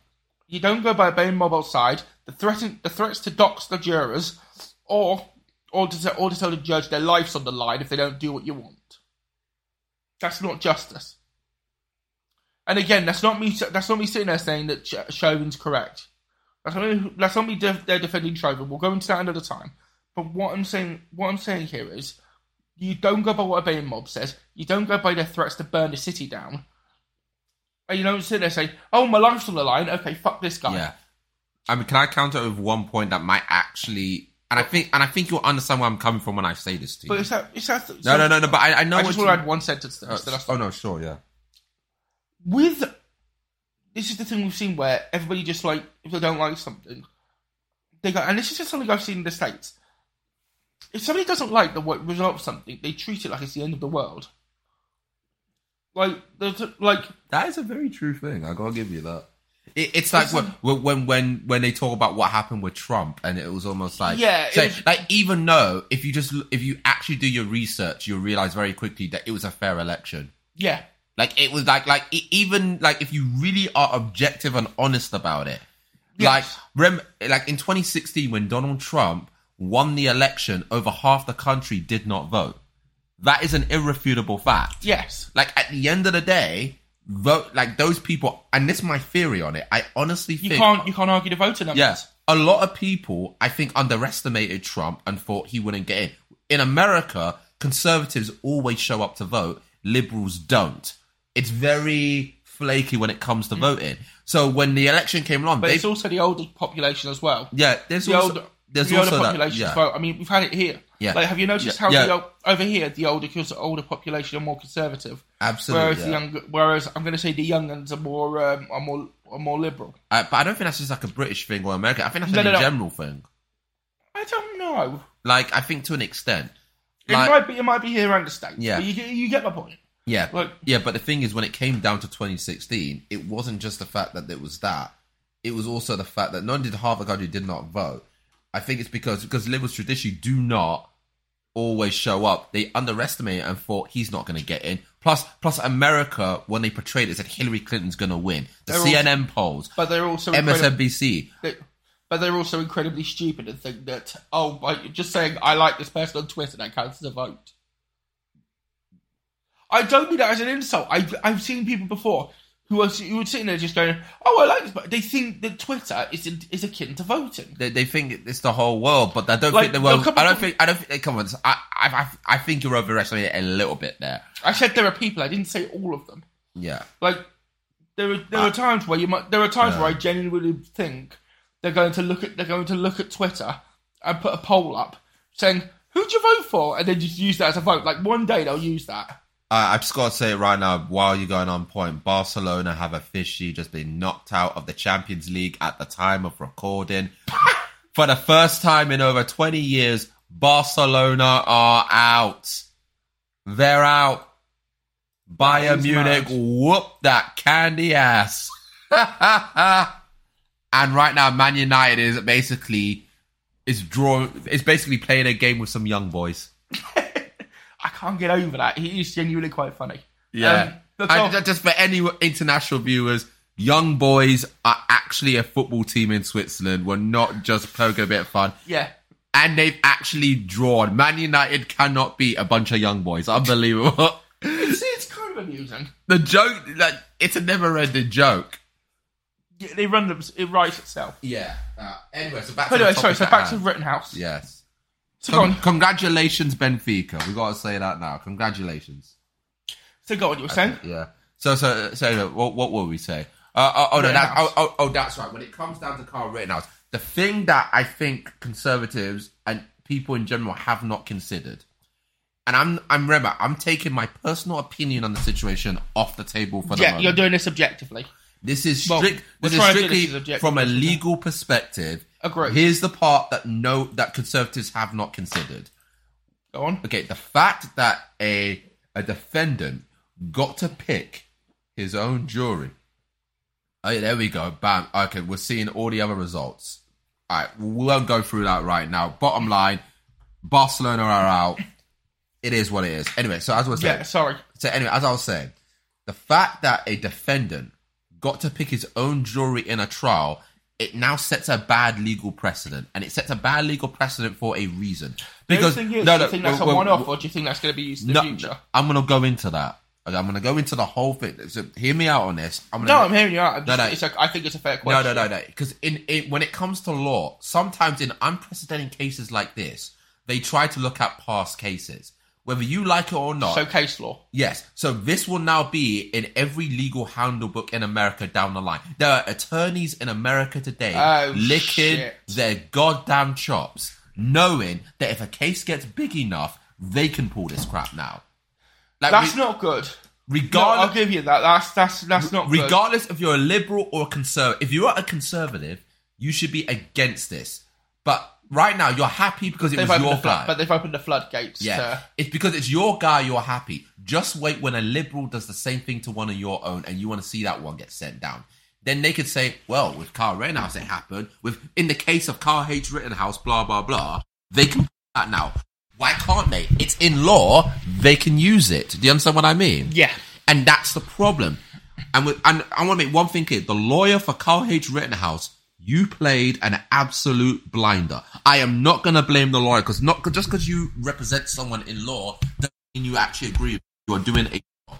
Speaker 1: You don't go by obeying mob outside. The threaten the threats to dox the jurors, or or to or to tell the judge their life's on the line if they don't do what you want. That's not justice. And again, that's not me. That's not me sitting there saying that Ch- Chauvin's correct. That's not me. That's not me. Def, they're defending Chauvin. We'll go into that another time. But what I'm saying, what I'm saying here is, you don't go by what a baying mob says. You don't go by their threats to burn the city down. And you don't sit there saying, "Oh, my life's on the line." Okay, fuck this guy.
Speaker 2: Yeah. I mean, can I counter with one point that might actually, and I think, and I think you'll understand where I'm coming from when I say this to you.
Speaker 1: But it's that. It's that.
Speaker 2: no, no, no, no. But I, I know.
Speaker 1: I just
Speaker 2: what
Speaker 1: want to
Speaker 2: you-
Speaker 1: add one sentence to
Speaker 2: uh,
Speaker 1: this. then I'll stop.
Speaker 2: oh no, sure, yeah.
Speaker 1: With this is the thing we've seen where everybody just like if they don't like something, they go. And this is just something I've seen in the states. If somebody doesn't like the wo- result of something, they treat it like it's the end of the world. Like, there's a- like
Speaker 2: That is a very true thing. I gotta give you that. It, it's like when, when when when they talk about what happened with Trump, and it was almost like
Speaker 1: Yeah, it
Speaker 2: so,
Speaker 1: was-
Speaker 2: like even though if you just l- if you actually do your research, you'll realize very quickly that it was a fair election.
Speaker 1: yeah,
Speaker 2: Like it was like like e- even like if you really are objective and honest about it,
Speaker 1: Yes.
Speaker 2: like rem like in 2016 when Donald Trump won the election, over half the country did not vote. That is an irrefutable fact
Speaker 1: yes,
Speaker 2: like at the end of the day, vote like those people. And this is my theory on it. I honestly
Speaker 1: you
Speaker 2: think
Speaker 1: can't you can't argue the voter numbers.
Speaker 2: Yes, a lot of people I think underestimated Trump and thought he wouldn't get in. In America, conservatives always show up to vote. Liberals don't. It's very flaky when it comes to voting. So when the election came along,
Speaker 1: Mm. but
Speaker 2: they,
Speaker 1: it's also the older population as well.
Speaker 2: yeah, there's
Speaker 1: the
Speaker 2: also
Speaker 1: older,
Speaker 2: there's
Speaker 1: the
Speaker 2: also
Speaker 1: older
Speaker 2: that,
Speaker 1: population
Speaker 2: yeah.
Speaker 1: as well. I mean, we've had it here.
Speaker 2: Yeah.
Speaker 1: Like, have you noticed
Speaker 2: Yeah.
Speaker 1: how
Speaker 2: Yeah.
Speaker 1: The, o- over here the older kids, the older population are more conservative,
Speaker 2: Absolutely,
Speaker 1: whereas the
Speaker 2: yeah.
Speaker 1: younger, whereas I'm going to say the young uns are more um, are more are more liberal.
Speaker 2: Uh, but I don't think that's just like a British thing or America. I think that's
Speaker 1: No,
Speaker 2: a
Speaker 1: no, no.
Speaker 2: general thing.
Speaker 1: I don't know.
Speaker 2: Like I think to an extent.
Speaker 1: It
Speaker 2: Like-
Speaker 1: might be it might be here and the states.
Speaker 2: Yeah.
Speaker 1: but you, get- you get my point.
Speaker 2: Yeah,
Speaker 1: Like-
Speaker 2: yeah, but the thing is, when it came down to 2016, it wasn't just the fact that it was that; it was also the fact that none did half the country did not vote. I think it's because because liberals traditionally do not always show up. They underestimated and thought he's not going to get in. Plus, plus America when they portrayed it said Hillary Clinton's going to win. The
Speaker 1: They're all-
Speaker 2: CNN polls,
Speaker 1: But they're also incredib-
Speaker 2: MSNBC.
Speaker 1: they- but they're also incredibly stupid and think that oh, by just saying I like this person on Twitter that counts as a vote. I don't mean that as an insult. I, I've seen people before who was who was sitting there just going, "Oh, I like this," but they think that Twitter is is akin to voting.
Speaker 2: They, they think it's the whole world, but I don't
Speaker 1: Like,
Speaker 2: think the
Speaker 1: no,
Speaker 2: world.
Speaker 1: come
Speaker 2: I
Speaker 1: on.
Speaker 2: don't think. I don't think. Come on, I, I, I, I think you're overestimating it a little bit there.
Speaker 1: I said there are people. I didn't say all of them.
Speaker 2: Yeah,
Speaker 1: Like there are
Speaker 2: Ah.
Speaker 1: there are times where you might there are times where I genuinely think they're going to look at they're going to look at Twitter and put a poll up saying who'd you vote for and then just use that as a vote. Like one day they'll use that.
Speaker 2: I, I just got to say it right now. While you're going on point, Barcelona have officially just been knocked out of the Champions League at the time of recording. For the first time in over 20 years, Barcelona are out. They're out. Bayern
Speaker 1: is
Speaker 2: Munich
Speaker 1: mad.
Speaker 2: whoop that candy ass. and right now, Man United is basically is draw is basically playing a game with some young boys.
Speaker 1: I can't get over that. He is genuinely quite funny. Um,
Speaker 2: Yeah.
Speaker 1: the
Speaker 2: and
Speaker 1: goal-
Speaker 2: ju- just for any international viewers, young boys are actually a football team in Switzerland. We're not just poking a bit of fun.
Speaker 1: yeah.
Speaker 2: And they've actually drawn. Man United cannot beat a bunch of young boys. Unbelievable.
Speaker 1: It's, it's kind of amusing.
Speaker 2: the joke, like, it's a never ending joke.
Speaker 1: Yeah, They run them. It writes itself.
Speaker 2: Yeah. Uh, anyway, so back
Speaker 1: But
Speaker 2: to
Speaker 1: anyway,
Speaker 2: the
Speaker 1: sorry.
Speaker 2: topic
Speaker 1: So
Speaker 2: at
Speaker 1: back to
Speaker 2: hand.
Speaker 1: Rittenhouse.
Speaker 2: Yes.
Speaker 1: So go
Speaker 2: Con-
Speaker 1: on.
Speaker 2: congratulations, Benfica. We've got to say that now. Congratulations.
Speaker 1: So go on. You were saying.
Speaker 2: Yeah. So so so what what will we say? Uh, oh, oh no, that,
Speaker 1: Rittenhouse.
Speaker 2: oh, oh oh that's right. When it comes down to Carl Rittenhouse, the thing that I think conservatives and people in general have not considered, and I'm I'm remember I'm taking my personal opinion on the situation off the table for the
Speaker 1: Yeah,
Speaker 2: moment.
Speaker 1: you're doing this objectively.
Speaker 2: This is
Speaker 1: Well,
Speaker 2: strict.
Speaker 1: we're
Speaker 2: this is
Speaker 1: trying to do this
Speaker 2: strictly
Speaker 1: as objective
Speaker 2: from a
Speaker 1: as we can.
Speaker 2: legal perspective.
Speaker 1: Agreed.
Speaker 2: Here's the part that no that conservatives have not considered.
Speaker 1: Go on.
Speaker 2: Okay, the fact that a a defendant got to pick his own jury. Oh, yeah, there we go. Bam. Okay, we're seeing all the other results. All right, we won't go through that right now. Bottom line, Barcelona are out. It is what it is. Anyway, so as I was saying,
Speaker 1: Yeah. Sorry.
Speaker 2: so anyway, as I was saying, the fact that a defendant got to pick his own jury in a trial, it now sets a bad legal precedent, and it sets a bad legal precedent for a reason. Because
Speaker 1: do you think, it- do you think that's a
Speaker 2: we're-
Speaker 1: one-off,
Speaker 2: we're-
Speaker 1: or do you think that's going to be used in
Speaker 2: no,
Speaker 1: the future?
Speaker 2: I'm gonna go into that. Okay, I'm gonna go into the whole thing. So hear me out on this. I'm gonna
Speaker 1: No, I'm hearing you out. I'm
Speaker 2: No,
Speaker 1: just,
Speaker 2: no.
Speaker 1: It's a, I think it's a fair
Speaker 2: no,
Speaker 1: question.
Speaker 2: no, no, no. Because in, in when it comes to law, sometimes in unprecedented cases like this, they try to look at past cases, whether you like it or not.
Speaker 1: So case law.
Speaker 2: Yes. So this will now be in every legal handbook in America down the line. There are attorneys in America today
Speaker 1: Oh,
Speaker 2: licking
Speaker 1: shit.
Speaker 2: their goddamn chops, knowing that if a case gets big enough, they can pull this crap now. Like,
Speaker 1: That's
Speaker 2: Uh, re-
Speaker 1: not good. No, I'll
Speaker 2: regardless,
Speaker 1: give you that. That's that's that's not good.
Speaker 2: regardless if you're a liberal or a conservative. If you are a conservative, you should be against this. But right now, you're happy because it
Speaker 1: They've
Speaker 2: was
Speaker 1: opened
Speaker 2: your
Speaker 1: the flood,
Speaker 2: flag.
Speaker 1: but they've opened the floodgates.
Speaker 2: Yeah.
Speaker 1: to-
Speaker 2: It's because it's your guy you're happy. Just wait when a liberal does the same thing to one of your own and you want to see that one get sent down. Then they could say, well, with Carl Rittenhouse it happened. With in the case of Carl H. Rittenhouse, blah blah blah. They can do that now. Why can't they? It's in law. They can use it. Do you understand what I mean?
Speaker 1: Yeah.
Speaker 2: And that's the problem. And with, and I want to make one thing clear: the lawyer for Carl H. Rittenhouse, you played an absolute blinder. I am not going to blame the lawyer because not 'cause- just because you represent someone in law doesn't mean you actually agree. with You're doing a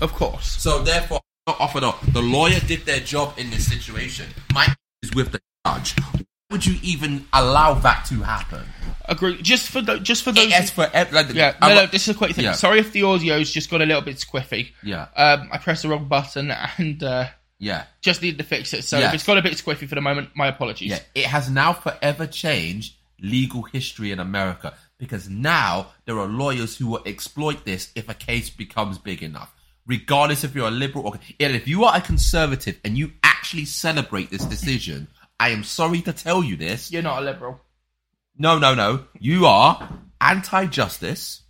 Speaker 1: of course.
Speaker 2: so therefore, I'm not offered up. The lawyer did their job in this situation. My is with the judge. Why would you even allow that to happen?
Speaker 1: Agree. Just for tho- just for those.
Speaker 2: It's for ev- like,
Speaker 1: yeah. No,
Speaker 2: I'm-
Speaker 1: no. This is a quick thing.
Speaker 2: Yeah.
Speaker 1: Sorry if the audio's just got a little bit squiffy.
Speaker 2: Yeah.
Speaker 1: Um, I pressed the wrong button and uh,
Speaker 2: yeah.
Speaker 1: just needed to fix it. So
Speaker 2: Yeah.
Speaker 1: if it's got a bit squiffy for the moment, my apologies.
Speaker 2: Yeah, it has now forever changed legal history in America because now there are lawyers who will exploit this if a case becomes big enough. Regardless if you're a liberal or and if you are a conservative and you actually celebrate this decision, I am sorry to tell you this.
Speaker 1: You're not a liberal.
Speaker 2: No, no, no. You are anti justice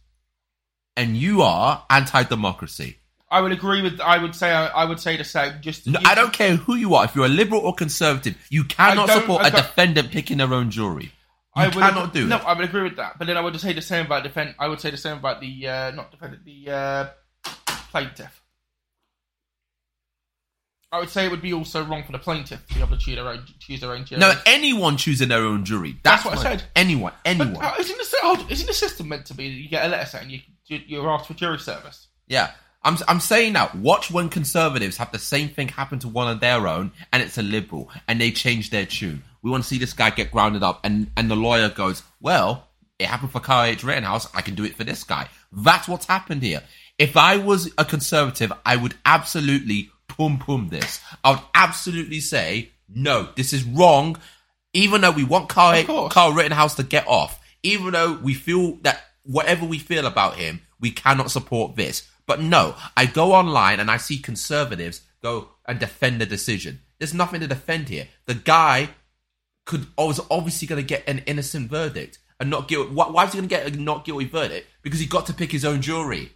Speaker 2: and you are anti democracy.
Speaker 1: I would agree with. I would say. I, I would say the same. Just.
Speaker 2: No,
Speaker 1: you-
Speaker 2: I don't care who you are. If you're a liberal or conservative, you cannot
Speaker 1: don't-
Speaker 2: support
Speaker 1: I
Speaker 2: a
Speaker 1: don't-
Speaker 2: defendant picking their own jury. You
Speaker 1: I would
Speaker 2: cannot do
Speaker 1: no,
Speaker 2: it.
Speaker 1: I would agree with that. But then I would say the same about defend. I would say the same about the uh, not defendant, the uh, plaintiff. I would say it would be also wrong for the plaintiff to be able to choose their own choose their own jury.
Speaker 2: No, anyone choosing their own jury.
Speaker 1: That's
Speaker 2: That's,
Speaker 1: what I said.
Speaker 2: Anyone,
Speaker 1: But uh,
Speaker 2: anyone.
Speaker 1: how- isn't the, sy- hold- isn't the system meant to be that you get a letter saying you, you- you're asked for jury service?
Speaker 2: yeah. I'm I'm saying that watch when conservatives have the same thing happen to one of their own, and it's a liberal, and they change their tune. We want to see this guy get grounded up, and and the lawyer goes, "Well, it happened for Kyle H. Rittenhouse. I can do it for this guy." That's what's happened here. If I was a conservative, I would absolutely pum pum this. I would absolutely say, "No, this is wrong." Even though we want
Speaker 1: Of
Speaker 2: Kyle,
Speaker 1: course.
Speaker 2: Kyle Rittenhouse to get off, even though we feel that whatever we feel about him, we cannot support this. But no, I go online and I see conservatives go and defend the decision. There's nothing to defend here. The guy could was obviously going to get an innocent verdict and not guilty. Why, why is he going to get a not guilty verdict? Because he got to pick his own jury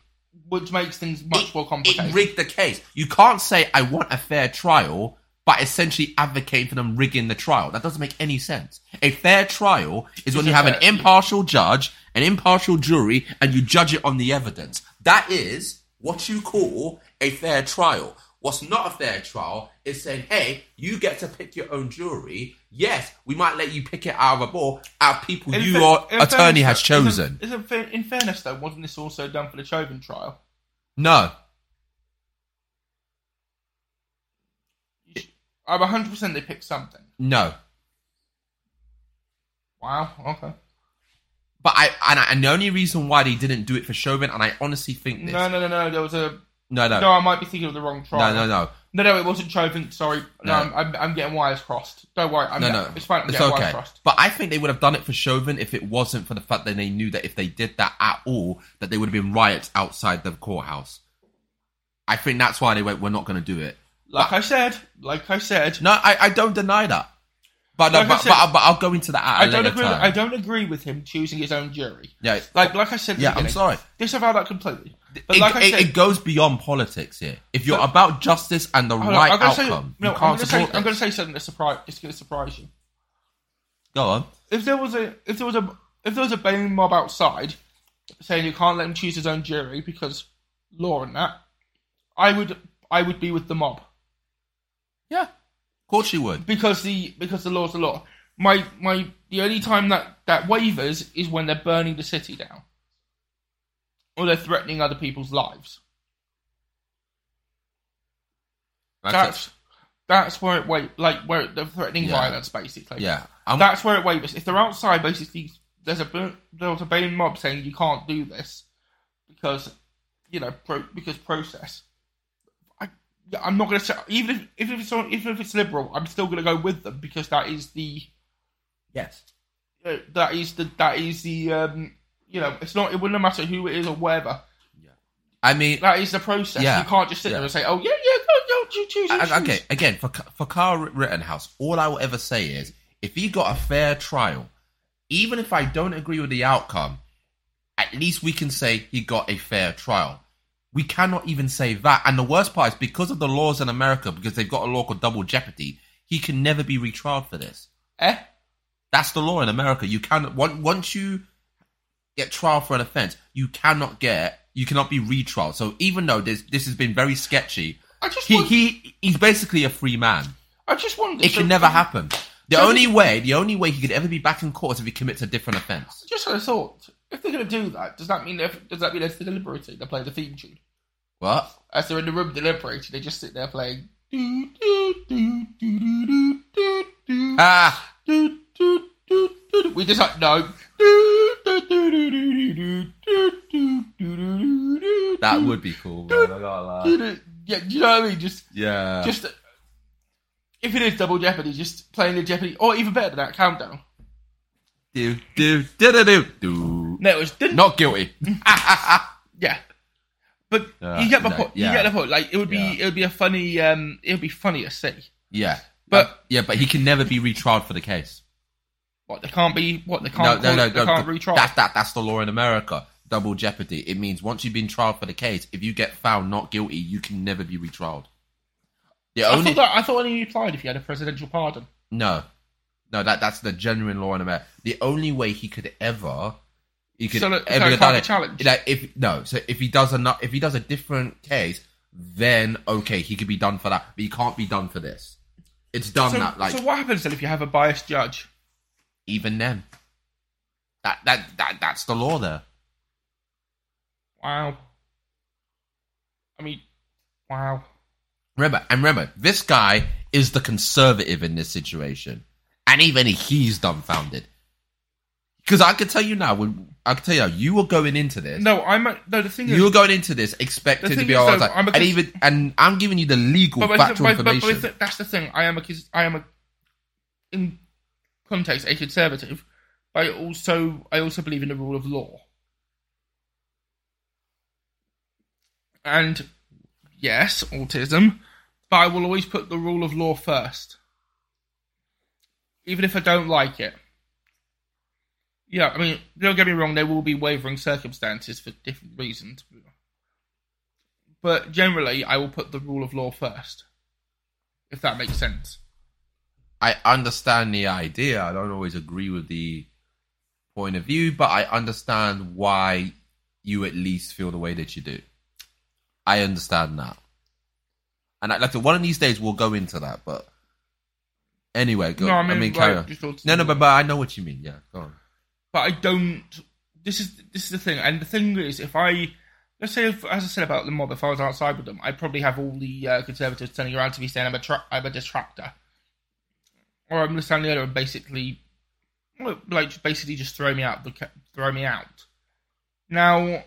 Speaker 1: which makes things much more complicated.
Speaker 2: it rigged the case. You can't say I want a fair trial, but essentially advocating for them rigging the trial. That doesn't make any sense. A fair trial is when
Speaker 1: It's
Speaker 2: you
Speaker 1: a
Speaker 2: have an
Speaker 1: fair-
Speaker 2: impartial judge, an impartial jury, and you judge it on the evidence. That is what you call a fair trial. What's not a fair trial is saying, hey, you get to pick your own jury. Yes, we might let you pick it out of a ball, out of people
Speaker 1: In
Speaker 2: your
Speaker 1: fa- in
Speaker 2: attorney
Speaker 1: fairness,
Speaker 2: has
Speaker 1: though- isn't-
Speaker 2: chosen.
Speaker 1: Isn't, fa- in fairness, though, wasn't this also done for the Chauvin trial?
Speaker 2: No.
Speaker 1: I'm 100% they picked something.
Speaker 2: No.
Speaker 1: Wow, okay.
Speaker 2: But I and, I and the only reason why they didn't do it for Chauvin, and I honestly think this.
Speaker 1: No, no, no, no, there was a...
Speaker 2: no, no,
Speaker 1: No,
Speaker 2: no,
Speaker 1: I might be thinking of the wrong
Speaker 2: Uh, no,
Speaker 1: trial.
Speaker 2: no, no.
Speaker 1: No, no, it wasn't Chauvin, sorry. No,
Speaker 2: No.
Speaker 1: I'm, I'm, I'm getting wires crossed. Don't worry, I'm
Speaker 2: no,
Speaker 1: get-
Speaker 2: no.
Speaker 1: it's fine, I'm
Speaker 2: it's
Speaker 1: getting
Speaker 2: okay.
Speaker 1: wires crossed.
Speaker 2: But I think they would have done it for Chauvin if it wasn't for the fact that they knew that if they did that at all, that there would have been riots outside the courthouse. I think that's why they went. We're not going to do it.
Speaker 1: Like I said, like I said,
Speaker 2: No, I, I don't deny that. But
Speaker 1: Like I
Speaker 2: but,
Speaker 1: said-
Speaker 2: but, but I'll go into that at
Speaker 1: I
Speaker 2: a
Speaker 1: don't
Speaker 2: later
Speaker 1: agree.
Speaker 2: time.
Speaker 1: I don't agree with him choosing his own jury.
Speaker 2: Yeah.
Speaker 1: like like I said. at the
Speaker 2: Yeah, I'm
Speaker 1: beginning,
Speaker 2: sorry.
Speaker 1: Disavow that completely. But
Speaker 2: it,
Speaker 1: like I
Speaker 2: it-
Speaker 1: said,
Speaker 2: it goes beyond politics here. If you're about justice and the
Speaker 1: hold on,
Speaker 2: right
Speaker 1: I'm gonna say-
Speaker 2: outcome,
Speaker 1: no,
Speaker 2: you
Speaker 1: I'm
Speaker 2: can't
Speaker 1: gonna say-
Speaker 2: support
Speaker 1: I'm going
Speaker 2: this.
Speaker 1: to say something that surprise. It's going to surprise you.
Speaker 2: Go on.
Speaker 1: If there was a if there was a if there was a Bain mob outside saying you can't let him choose his own jury because law and that, I would I would be with the mob
Speaker 2: Yeah, of course you would.
Speaker 1: because the because the law's the law. My my the only time that that wavers is when they're burning the city down or they're threatening other people's lives. That's
Speaker 2: That's,
Speaker 1: that's where it wait like where they're threatening
Speaker 2: Yeah.
Speaker 1: violence basically.
Speaker 2: yeah. I'm,
Speaker 1: that's where it wavers. If they're outside, basically, there's a bu- there was a Bain mob saying you can't do this because you know pro- because process. I I'm not gonna say even if even if it's on, even if it's liberal, I'm still gonna go with them because that is the
Speaker 2: yes.
Speaker 1: uh, that is the that is the um you know it's not it wouldn't matter who it is or whatever.
Speaker 2: I mean,
Speaker 1: That is the process.
Speaker 2: Yeah.
Speaker 1: You can't just sit
Speaker 2: Yeah.
Speaker 1: there and say oh yeah yeah go go you choose. you
Speaker 2: I- I-
Speaker 1: choose."
Speaker 2: okay, again, for Ka- for Kyle Rittenhouse, all I will ever say is if he got a fair trial, even if I don't agree with the outcome, at least we can say he got a fair trial. We cannot even say that. And the worst part is because of the laws in America, because they've got a law called double jeopardy, he can never be retried for this.
Speaker 1: Eh?
Speaker 2: That's the law in America. You cannot on- once you get trial for an offense, you cannot get you cannot be retried. So even though this this has been very sketchy,
Speaker 1: I just
Speaker 2: he,
Speaker 1: want-
Speaker 2: he he's basically a free man.
Speaker 1: I just wonder.
Speaker 2: It
Speaker 1: so-
Speaker 2: can never happen. The
Speaker 1: so-
Speaker 2: only way the only way he could ever be back in court is if he commits a different offense.
Speaker 1: Just had a thought. If they're going to do that, does that mean if, does that mean they're still deliberating? They play the theme tune
Speaker 2: What?
Speaker 1: as they're in the room deliberating. They just sit there playing. Do, do, do, do, do, do, do, do,
Speaker 2: Ah,
Speaker 1: do, do, do, do, do. We just like no. Do, do, do, do, do, do, do, do, do, do, do, do,
Speaker 2: that
Speaker 1: do,
Speaker 2: would be cool. Man. I gotta
Speaker 1: do,
Speaker 2: lie.
Speaker 1: do. Yeah, you know what I mean. Just,
Speaker 2: Yeah.
Speaker 1: just. If it is double Jeopardy, just playing the Jeopardy, or even better than that, countdown.
Speaker 2: do do do do do do.
Speaker 1: No, it was didn't
Speaker 2: Not guilty.
Speaker 1: Yeah, but
Speaker 2: Uh,
Speaker 1: you get my
Speaker 2: no,
Speaker 1: point.
Speaker 2: yeah.
Speaker 1: You get the point. Like it would be,
Speaker 2: Yeah.
Speaker 1: it would be a funny, um, it would be funny to see.
Speaker 2: yeah.
Speaker 1: But-
Speaker 2: yeah, but he can never be retried for the case.
Speaker 1: What they can't be, what they can't, call it, they can't retry.
Speaker 2: That, that, that's the law in America. Double jeopardy. It means once you've been tried for the case, if you get found not guilty, you can never be retried. The
Speaker 1: I
Speaker 2: only
Speaker 1: thought that, I thought only applied if you had a presidential pardon.
Speaker 2: no, no, that that's the genuine law in America. The only way he could ever he could
Speaker 1: So that-
Speaker 2: ever
Speaker 1: so
Speaker 2: get
Speaker 1: it can't
Speaker 2: done
Speaker 1: be
Speaker 2: it-
Speaker 1: challenged?
Speaker 2: Like if no, so if he does a if he does a different case, then okay, he could be done for that, but he can't be done for this. It's done
Speaker 1: So,
Speaker 2: that like
Speaker 1: so what happens then if you have a biased judge?
Speaker 2: even then. That that that that's the law there.
Speaker 1: Wow. I mean, wow.
Speaker 2: Remember, and remember, this guy is the conservative in this situation, and even he's dumbfounded. Because I could tell you now, when I could tell you, now, you were going into this.
Speaker 1: No, I'm a- no. The thing is,
Speaker 2: You were going into this
Speaker 1: The
Speaker 2: expecting to
Speaker 1: thing
Speaker 2: be
Speaker 1: is,
Speaker 2: all
Speaker 1: though,
Speaker 2: like,
Speaker 1: I'm a
Speaker 2: and
Speaker 1: cons-
Speaker 2: even and I'm giving you the legal
Speaker 1: but, but, but,
Speaker 2: factual
Speaker 1: but, but,
Speaker 2: information.
Speaker 1: th- that's the thing. I am a cons- I am a in context a conservative, but I also I also believe in the rule of law. And yes, autism, but I will always put the rule of law first, even if I don't like it. Yeah, I mean, don't get me wrong. There will be wavering circumstances for different reasons, but generally, I will put the rule of law first, if that makes sense.
Speaker 2: I understand the idea. I don't always agree with the point of view, but I understand why you at least feel the way that you do. I understand that, and I, like one of these days we'll go into that. But anyway, go.
Speaker 1: No, I
Speaker 2: I
Speaker 1: mean,
Speaker 2: mean,
Speaker 1: like,
Speaker 2: carry on.
Speaker 1: just thought-
Speaker 2: no, no, but, but I know what you mean. Yeah, go on.
Speaker 1: but I don't. This is this is the thing, and the thing is, if I let's say, if, as I said about the mob, if I was outside with them, I'd probably have all the uh, conservatives turning around to me saying I'm a tra- I'm a distractor, or I'm just standing there and basically, well, like, just basically just throw me out, the ca- throw me out. Now,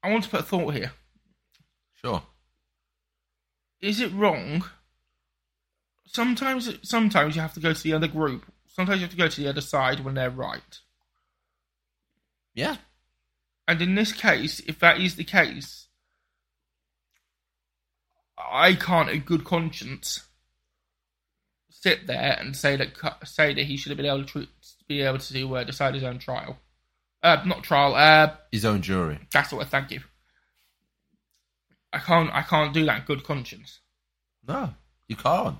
Speaker 1: I want to put a thought here.
Speaker 2: Sure.
Speaker 1: Is it wrong? Sometimes, sometimes you have to go to the other group. Sometimes you have to go to the other side when they're right.
Speaker 2: Yeah.
Speaker 1: And in this case, if that is the case, I can't, in good conscience, sit there and say that cu- say that he should have been able to tr- be able to uh, decide his own trial. Uh, not trial. Uh,
Speaker 2: His own jury.
Speaker 1: that's what. Thank you. I can't. I can't do that in good conscience.
Speaker 2: No, you can't.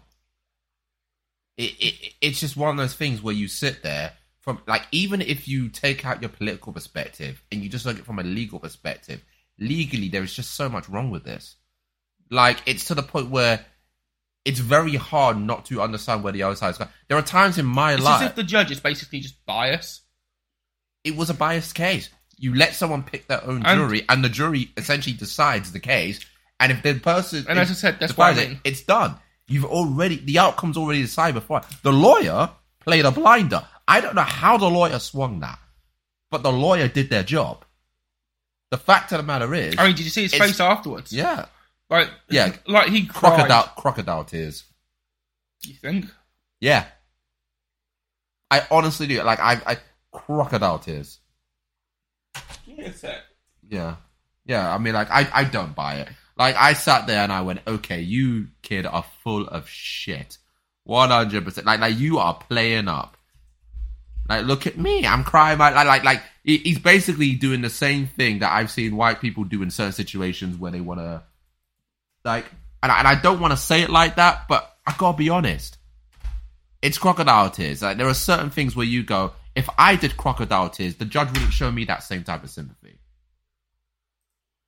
Speaker 2: It, it it's just one of those things where you sit there from like even if you take out your political perspective and you just look at it from a legal perspective, legally there is just so much wrong with this. Like it's to the point where it's very hard not to understand where the other side is going. There are times in my
Speaker 1: It's
Speaker 2: life
Speaker 1: as if the judge is basically just biased.
Speaker 2: it was a biased case. You let someone pick their own
Speaker 1: And-
Speaker 2: jury, and the jury essentially decides the case. And if the person,
Speaker 1: And as
Speaker 2: is-
Speaker 1: I said, that's
Speaker 2: decides
Speaker 1: what I mean.
Speaker 2: It, it's done. You've already the outcome's already decided before. The lawyer played a blinder. I don't know how the lawyer swung that, but the lawyer did their job. The fact of the matter is,
Speaker 1: I mean, did you see his
Speaker 2: It's-
Speaker 1: face afterwards?
Speaker 2: yeah,
Speaker 1: Like,
Speaker 2: Yeah.
Speaker 1: like he cried.
Speaker 2: crocodile crocodile tears.
Speaker 1: You think?
Speaker 2: Yeah, I honestly do. Like I, I crocodile tears.
Speaker 1: Give me a sec.
Speaker 2: Yeah. Yeah, I mean like I, I don't buy it. Like I sat there and I went, Okay, you kid are full of shit. One hundred percent like like you are playing up. Like look at me, I'm crying my like like like he- he's basically doing the same thing that I've seen white people do in certain situations where they wanna like and I, and I don't wanna say it like that, but I gotta be honest it's crocodile tears. Like there are certain things where you go, if I did crocodile tears, the judge wouldn't show me that same type of sympathy.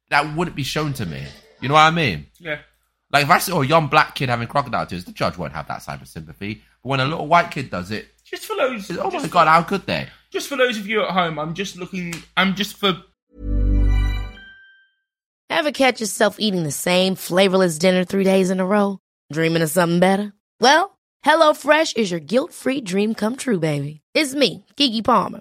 Speaker 2: That wouldn't be shown to me. You know what I mean?
Speaker 1: Yeah.
Speaker 2: Like if I saw a young black kid having crocodile tears, the judge won't have that type of sympathy. But when a little white kid does it,
Speaker 1: Just for those.
Speaker 2: it's, oh my
Speaker 1: just for-
Speaker 2: god, how could they?
Speaker 1: just for those of you at home, I'm just looking. I'm just for.
Speaker 3: Ever catch yourself eating the same flavorless dinner three days in a row? Dreaming of something better? Well, HelloFresh is your guilt free dream come true, baby. It's me, Kiki Palmer.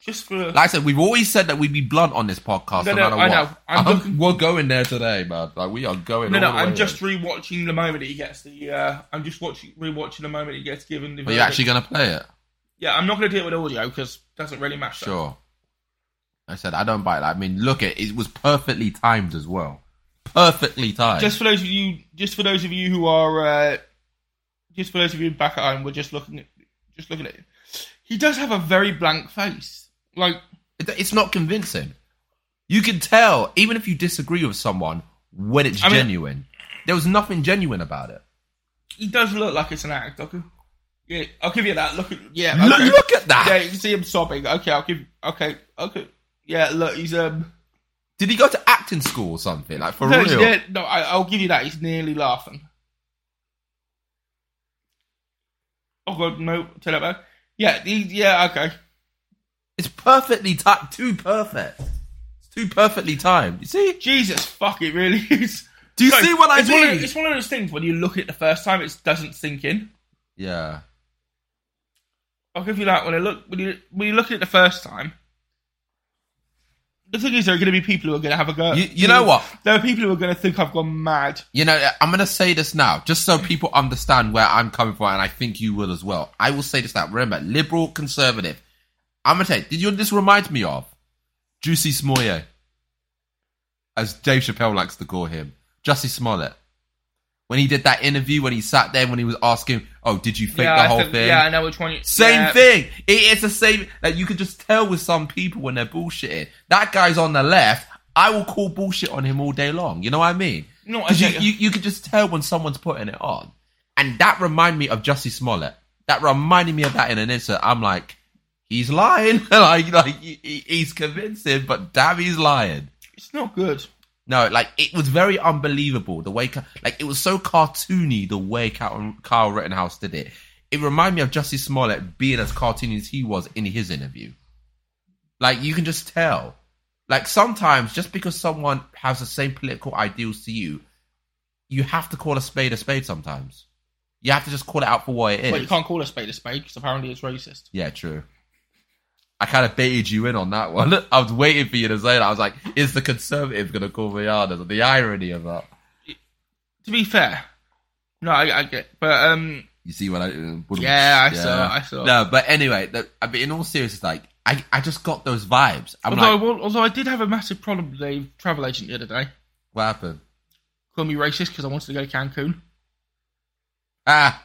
Speaker 1: Just for
Speaker 2: Like I said, we've always said that we'd be blunt on this podcast. No,
Speaker 1: No, no,
Speaker 2: matter
Speaker 1: I
Speaker 2: what.
Speaker 1: know. I'm
Speaker 2: I'm-
Speaker 1: looking-
Speaker 2: We're going there today, man. Like we are going.
Speaker 1: no,
Speaker 2: all
Speaker 1: no,
Speaker 2: the way
Speaker 1: I'm just
Speaker 2: there.
Speaker 1: rewatching the moment he gets the. Uh, I'm just watching rewatching the moment he gets given the.
Speaker 2: Are you actually
Speaker 1: verdict.
Speaker 2: going to play it?
Speaker 1: Yeah, I'm not going to deal with audio because doesn't really matter.
Speaker 2: Sure. I said I don't buy that. I mean, look at it was perfectly timed as well. Perfectly timed.
Speaker 1: Just for those of you, just for those of you who are, uh, just for those of you back at home, we're just looking at, just looking at him. He does have a very blank face. Like,
Speaker 2: It- it's not convincing. You can tell, even if you disagree with someone, when it's
Speaker 1: I mean-
Speaker 2: genuine. There was nothing genuine about it.
Speaker 1: he does look like it's an act. Okay, yeah, I'll give you that. Look, at, yeah,
Speaker 2: Look-
Speaker 1: okay.
Speaker 2: look at that!
Speaker 1: Yeah, you can see him sobbing. Okay, I'll give. Okay, okay, yeah. Look, he's um.
Speaker 2: Did he go to acting school or something? Like for
Speaker 1: no, he's
Speaker 2: real?
Speaker 1: near- no, I, I'll give you that. He's nearly laughing. Oh god, no! Turn that back. Yeah, he, yeah, okay.
Speaker 2: It's perfectly timed. Too perfect. It's too perfectly timed. You see?
Speaker 1: Jesus, fuck, it really is.
Speaker 2: Do you
Speaker 1: No,
Speaker 2: see what I
Speaker 1: it's One of,
Speaker 2: mean?
Speaker 1: it's one of those things when you look at it the first time, it doesn't sink in.
Speaker 2: Yeah.
Speaker 1: I'll give you that when I look when you when you look at it the first time. The thing is, there are going to be people who are going to have a go.
Speaker 2: You- you know what?
Speaker 1: There are people who are going to think I've gone mad.
Speaker 2: You know, I'm going to say this now, just so people understand where I'm coming from, and I think you will as well. I will say this now. Remember, liberal, conservative. I'm going to say, did you, this reminds me of Juicy Smollett, as Dave Chappelle likes to call him, Jussie Smollett. When he did that interview, when he sat there, when he was asking, oh, did you fake
Speaker 1: yeah,
Speaker 2: the
Speaker 1: I
Speaker 2: whole
Speaker 1: think-
Speaker 2: thing?
Speaker 1: Yeah, I know which one. You,
Speaker 2: Same
Speaker 1: yeah.
Speaker 2: thing. It is the same. Like you can just tell with some people when they're bullshitting. That guy's on the left. I will call bullshit on him all day long. You know what I mean?
Speaker 1: No, I
Speaker 2: 'Cause you,
Speaker 1: get
Speaker 2: you, you could just tell when someone's putting it on, and that reminded me of Jussie Smollett. That reminded me of that in an instant. I'm like, he's lying. like like he, he- he's convincing, but damn, he's lying.
Speaker 1: It's not good.
Speaker 2: No, like it was very unbelievable the way, Ka- like it was so cartoony the way Kyle, Kyle Rittenhouse did it. It reminded me of Justice Smollett being as cartoony as he was in his interview. Like you can just tell. Like sometimes just because someone has the same political ideals to you, you have to call a spade a spade. Sometimes you have to just call it out for what it is.
Speaker 1: But you can't call a spade a spade because apparently it's racist.
Speaker 2: Yeah, true. I kind of baited you in on that one. I was waiting for you to say that. I was like, is the conservative going to call me out? The irony of that.
Speaker 1: To be fair, no, I, I get. But um,
Speaker 2: You see what I? uh,
Speaker 1: Yeah, I saw, I saw.
Speaker 2: No, but anyway, the, I mean, in all seriousness, like I, I just got those vibes. I'm
Speaker 1: although
Speaker 2: like,
Speaker 1: I, will- although I did have a massive problem with a travel agent the other day.
Speaker 2: what happened?
Speaker 1: Called me racist because I wanted to go to Cancun,
Speaker 2: Ah,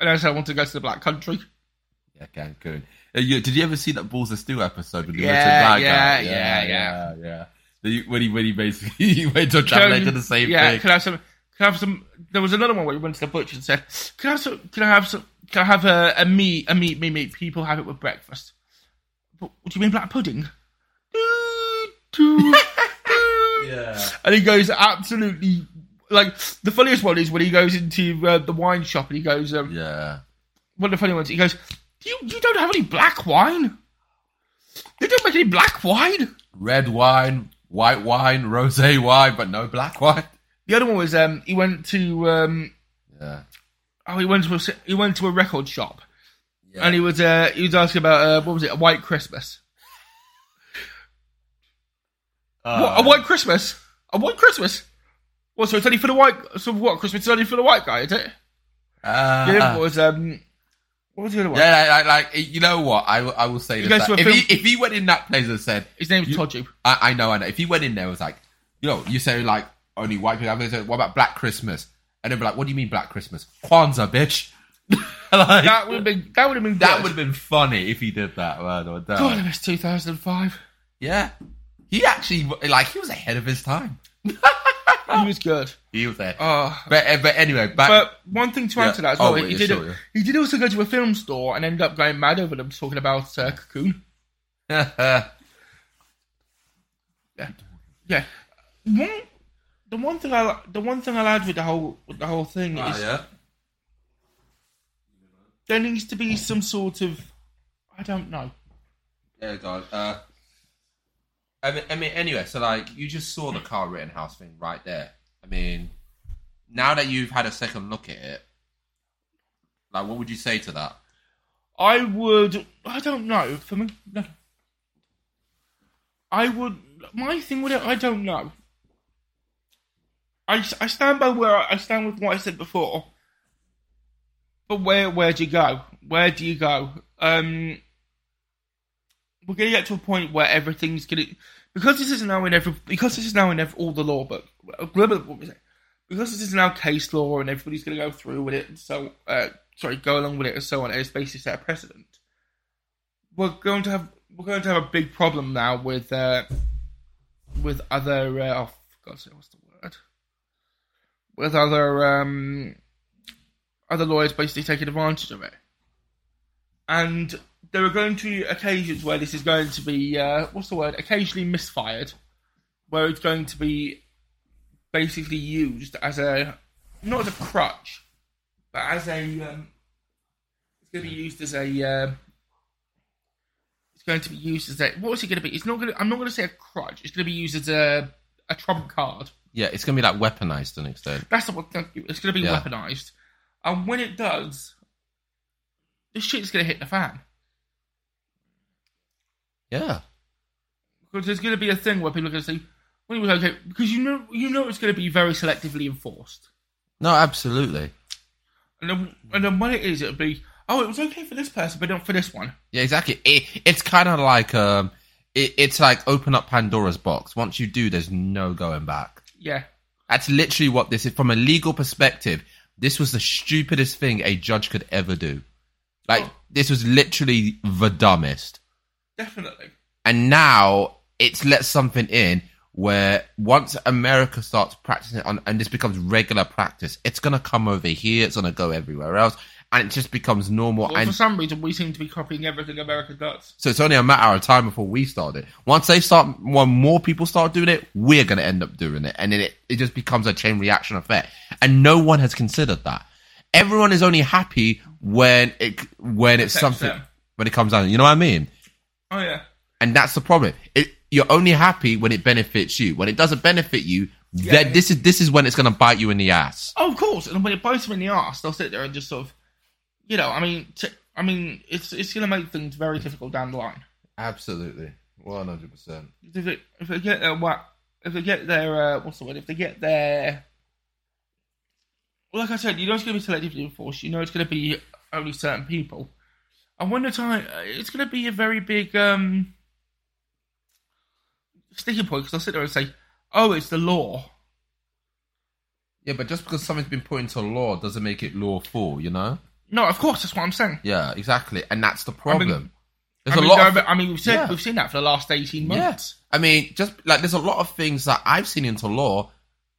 Speaker 1: and I said I wanted to go to the black country.
Speaker 2: yeah, Cancun. Uh, you- did you ever see that Balls of Steel episode with the
Speaker 1: Yeah,
Speaker 2: Richard Dyer
Speaker 1: yeah,
Speaker 2: guy?
Speaker 1: yeah,
Speaker 2: yeah, yeah. The- When he, when he basically he went to
Speaker 1: Can-
Speaker 2: travel agent the same
Speaker 1: yeah,
Speaker 2: thing.
Speaker 1: Can I have some? Can I have some? There was another one where he went to the butcher and said, "Can I have some? Can I have some? Can I have a, a meat? A meat? Me meat? People have it with breakfast." But what do you mean black pudding?
Speaker 2: yeah.
Speaker 1: And he goes absolutely like the funniest one is when he goes into uh, the wine shop and he goes, um,
Speaker 2: Yeah.
Speaker 1: one of the funny ones. He goes, "You you don't have any black wine? They don't make any black wine."
Speaker 2: Red wine, white wine, rosé wine, but no black wine.
Speaker 1: The other one was um, he went to um,
Speaker 2: Yeah.
Speaker 1: oh he went to a, he went to a record shop, and he was uh, he was asking about uh, what was it a white Christmas?
Speaker 2: Uh,
Speaker 1: What, a white Christmas? A white Christmas? What? So it's only for the white? So what Christmas is only for the white guy? Is it?
Speaker 2: Ah.
Speaker 1: the other one was um, what was the other one?
Speaker 2: Yeah, like, like, like you know what? I, will- I will say
Speaker 1: You guys
Speaker 2: this. like,
Speaker 1: were
Speaker 2: if, he,
Speaker 1: film-
Speaker 2: if he went in that place and said,
Speaker 1: His name's
Speaker 2: you-
Speaker 1: Todgy.
Speaker 2: I, I know, I know. If he went in there and was like, yo, you say like only white people have this. What about Black Christmas? And they'd be like, what do you mean Black Christmas? Kwanzaa, bitch. Like,
Speaker 1: That would have been that would have been
Speaker 2: that
Speaker 1: good.
Speaker 2: would have been funny if he did that. Man, or that.
Speaker 1: God, it was 2005.
Speaker 2: Yeah. He actually, like, he was ahead of his time. Oh.
Speaker 1: He was good.
Speaker 2: He was there.
Speaker 1: Oh.
Speaker 2: but, uh, but anyway, back.
Speaker 1: But one thing to add
Speaker 2: Yeah.
Speaker 1: to that as well,
Speaker 2: Oh,
Speaker 1: he,
Speaker 2: yeah,
Speaker 1: did
Speaker 2: sure, yeah.
Speaker 1: he did also go to a film store and end up going mad over them talking about uh, Cocoon.
Speaker 2: Oh,
Speaker 1: Yeah, yeah. One, the one thing I li- the one thing I liked with the whole with the whole thing is
Speaker 2: Ah, yeah.
Speaker 1: there needs to be some sort of I don't know.
Speaker 2: Yeah, God. Uh, I mean, I mean, anyway, so like you just saw the Carl Rittenhouse thing right there. I mean, now that you've had a second look at it, like, what would you say to that?
Speaker 1: I would. I don't know. For me, no. I would. My thing with it, I don't know. I, s- I stand by where I I stand with what I said before. But where where do you go? Where do you go? Um, we're gonna get to a point where everything's gonna because this is now in every because this is now in ev all the law, but what was it? because this is now case law and everybody's going to go through with it and so uh, sorry go along with it and so on and it's basically set a precedent we're going to have we're going to have a big problem now with uh, with other uh, oh for god's sake what's the word with other um, other lawyers basically taking advantage of it and there are going to be occasions where this is going to be uh, what's the word occasionally misfired where it's going to be basically used as a not as a crutch, but as a um, it's going to be used as a um it's going to be used as a what is it going to be? It's not going. To, I'm not going to say a crutch. It's going to be used as a a trump card.
Speaker 2: Yeah, it's gonna be like weaponized to an extent.
Speaker 1: That's not what. Thank you. It's going to be
Speaker 2: Yeah.
Speaker 1: weaponized, and when it does, the shit's going to hit the fan.
Speaker 2: Yeah.
Speaker 1: because there's going to be a thing where people are going to say, "Well, it was okay," because you know, you know, it's going to be very selectively enforced,
Speaker 2: No, absolutely.
Speaker 1: and then, and then when it is, it'll be, "Oh, it was okay for this person, but not for this one."
Speaker 2: Yeah, exactly. It, it's kind of like um, it, it's like open up Pandora's box. Once you do, there's no going back.
Speaker 1: Yeah,
Speaker 2: That's literally what this is. From a legal perspective, this was the stupidest thing a judge could ever do. Like,
Speaker 1: Oh.
Speaker 2: this was literally the dumbest.
Speaker 1: definitely.
Speaker 2: And now it's let something in where once America starts practicing it on, and this becomes regular practice, it's going to come over here, it's going to go everywhere else, and it just becomes normal.
Speaker 1: Well,
Speaker 2: and
Speaker 1: for some reason, we seem to be copying everything America does.
Speaker 2: so it's only a matter of time before we start it. Once they start, when more people start doing it, we're going to end up doing it. And then it, it just becomes a chain reaction effect. And no one has considered that. Everyone is only happy when it, when it's
Speaker 1: Protects
Speaker 2: something,
Speaker 1: them.
Speaker 2: when it comes down. You know what I mean?
Speaker 1: Oh yeah,
Speaker 2: And that's the problem. It, you're only happy when it benefits you. When it doesn't benefit you, then this is, this is when it's going to bite you in the ass.
Speaker 1: oh of course. And when it bites them in the ass, they'll sit there and just sort of, you know, I mean, t- I mean, it's it's going to make things very difficult down the line.
Speaker 2: Absolutely. 100%.
Speaker 1: if they, if they get their what if they get their uh, what's the word if they get their well, like I said, you know it's going to be selectively enforced. You know it's going to be only certain people. And when the time, uh, it's going to be a very big um, sticking point because I'll sit there and say, "Oh, it's the law."
Speaker 2: Yeah, but just because something's been put into law doesn't make it lawful, you know?
Speaker 1: No, of course that's what I'm saying.
Speaker 2: Yeah, exactly, and that's the problem. there's
Speaker 1: I
Speaker 2: a
Speaker 1: mean,
Speaker 2: lot.
Speaker 1: no,
Speaker 2: Of,
Speaker 1: I mean, we've said
Speaker 2: Yeah.
Speaker 1: we've seen that for the last eighteen months.
Speaker 2: Yeah. I mean, just like there's a lot of things that I've seen into law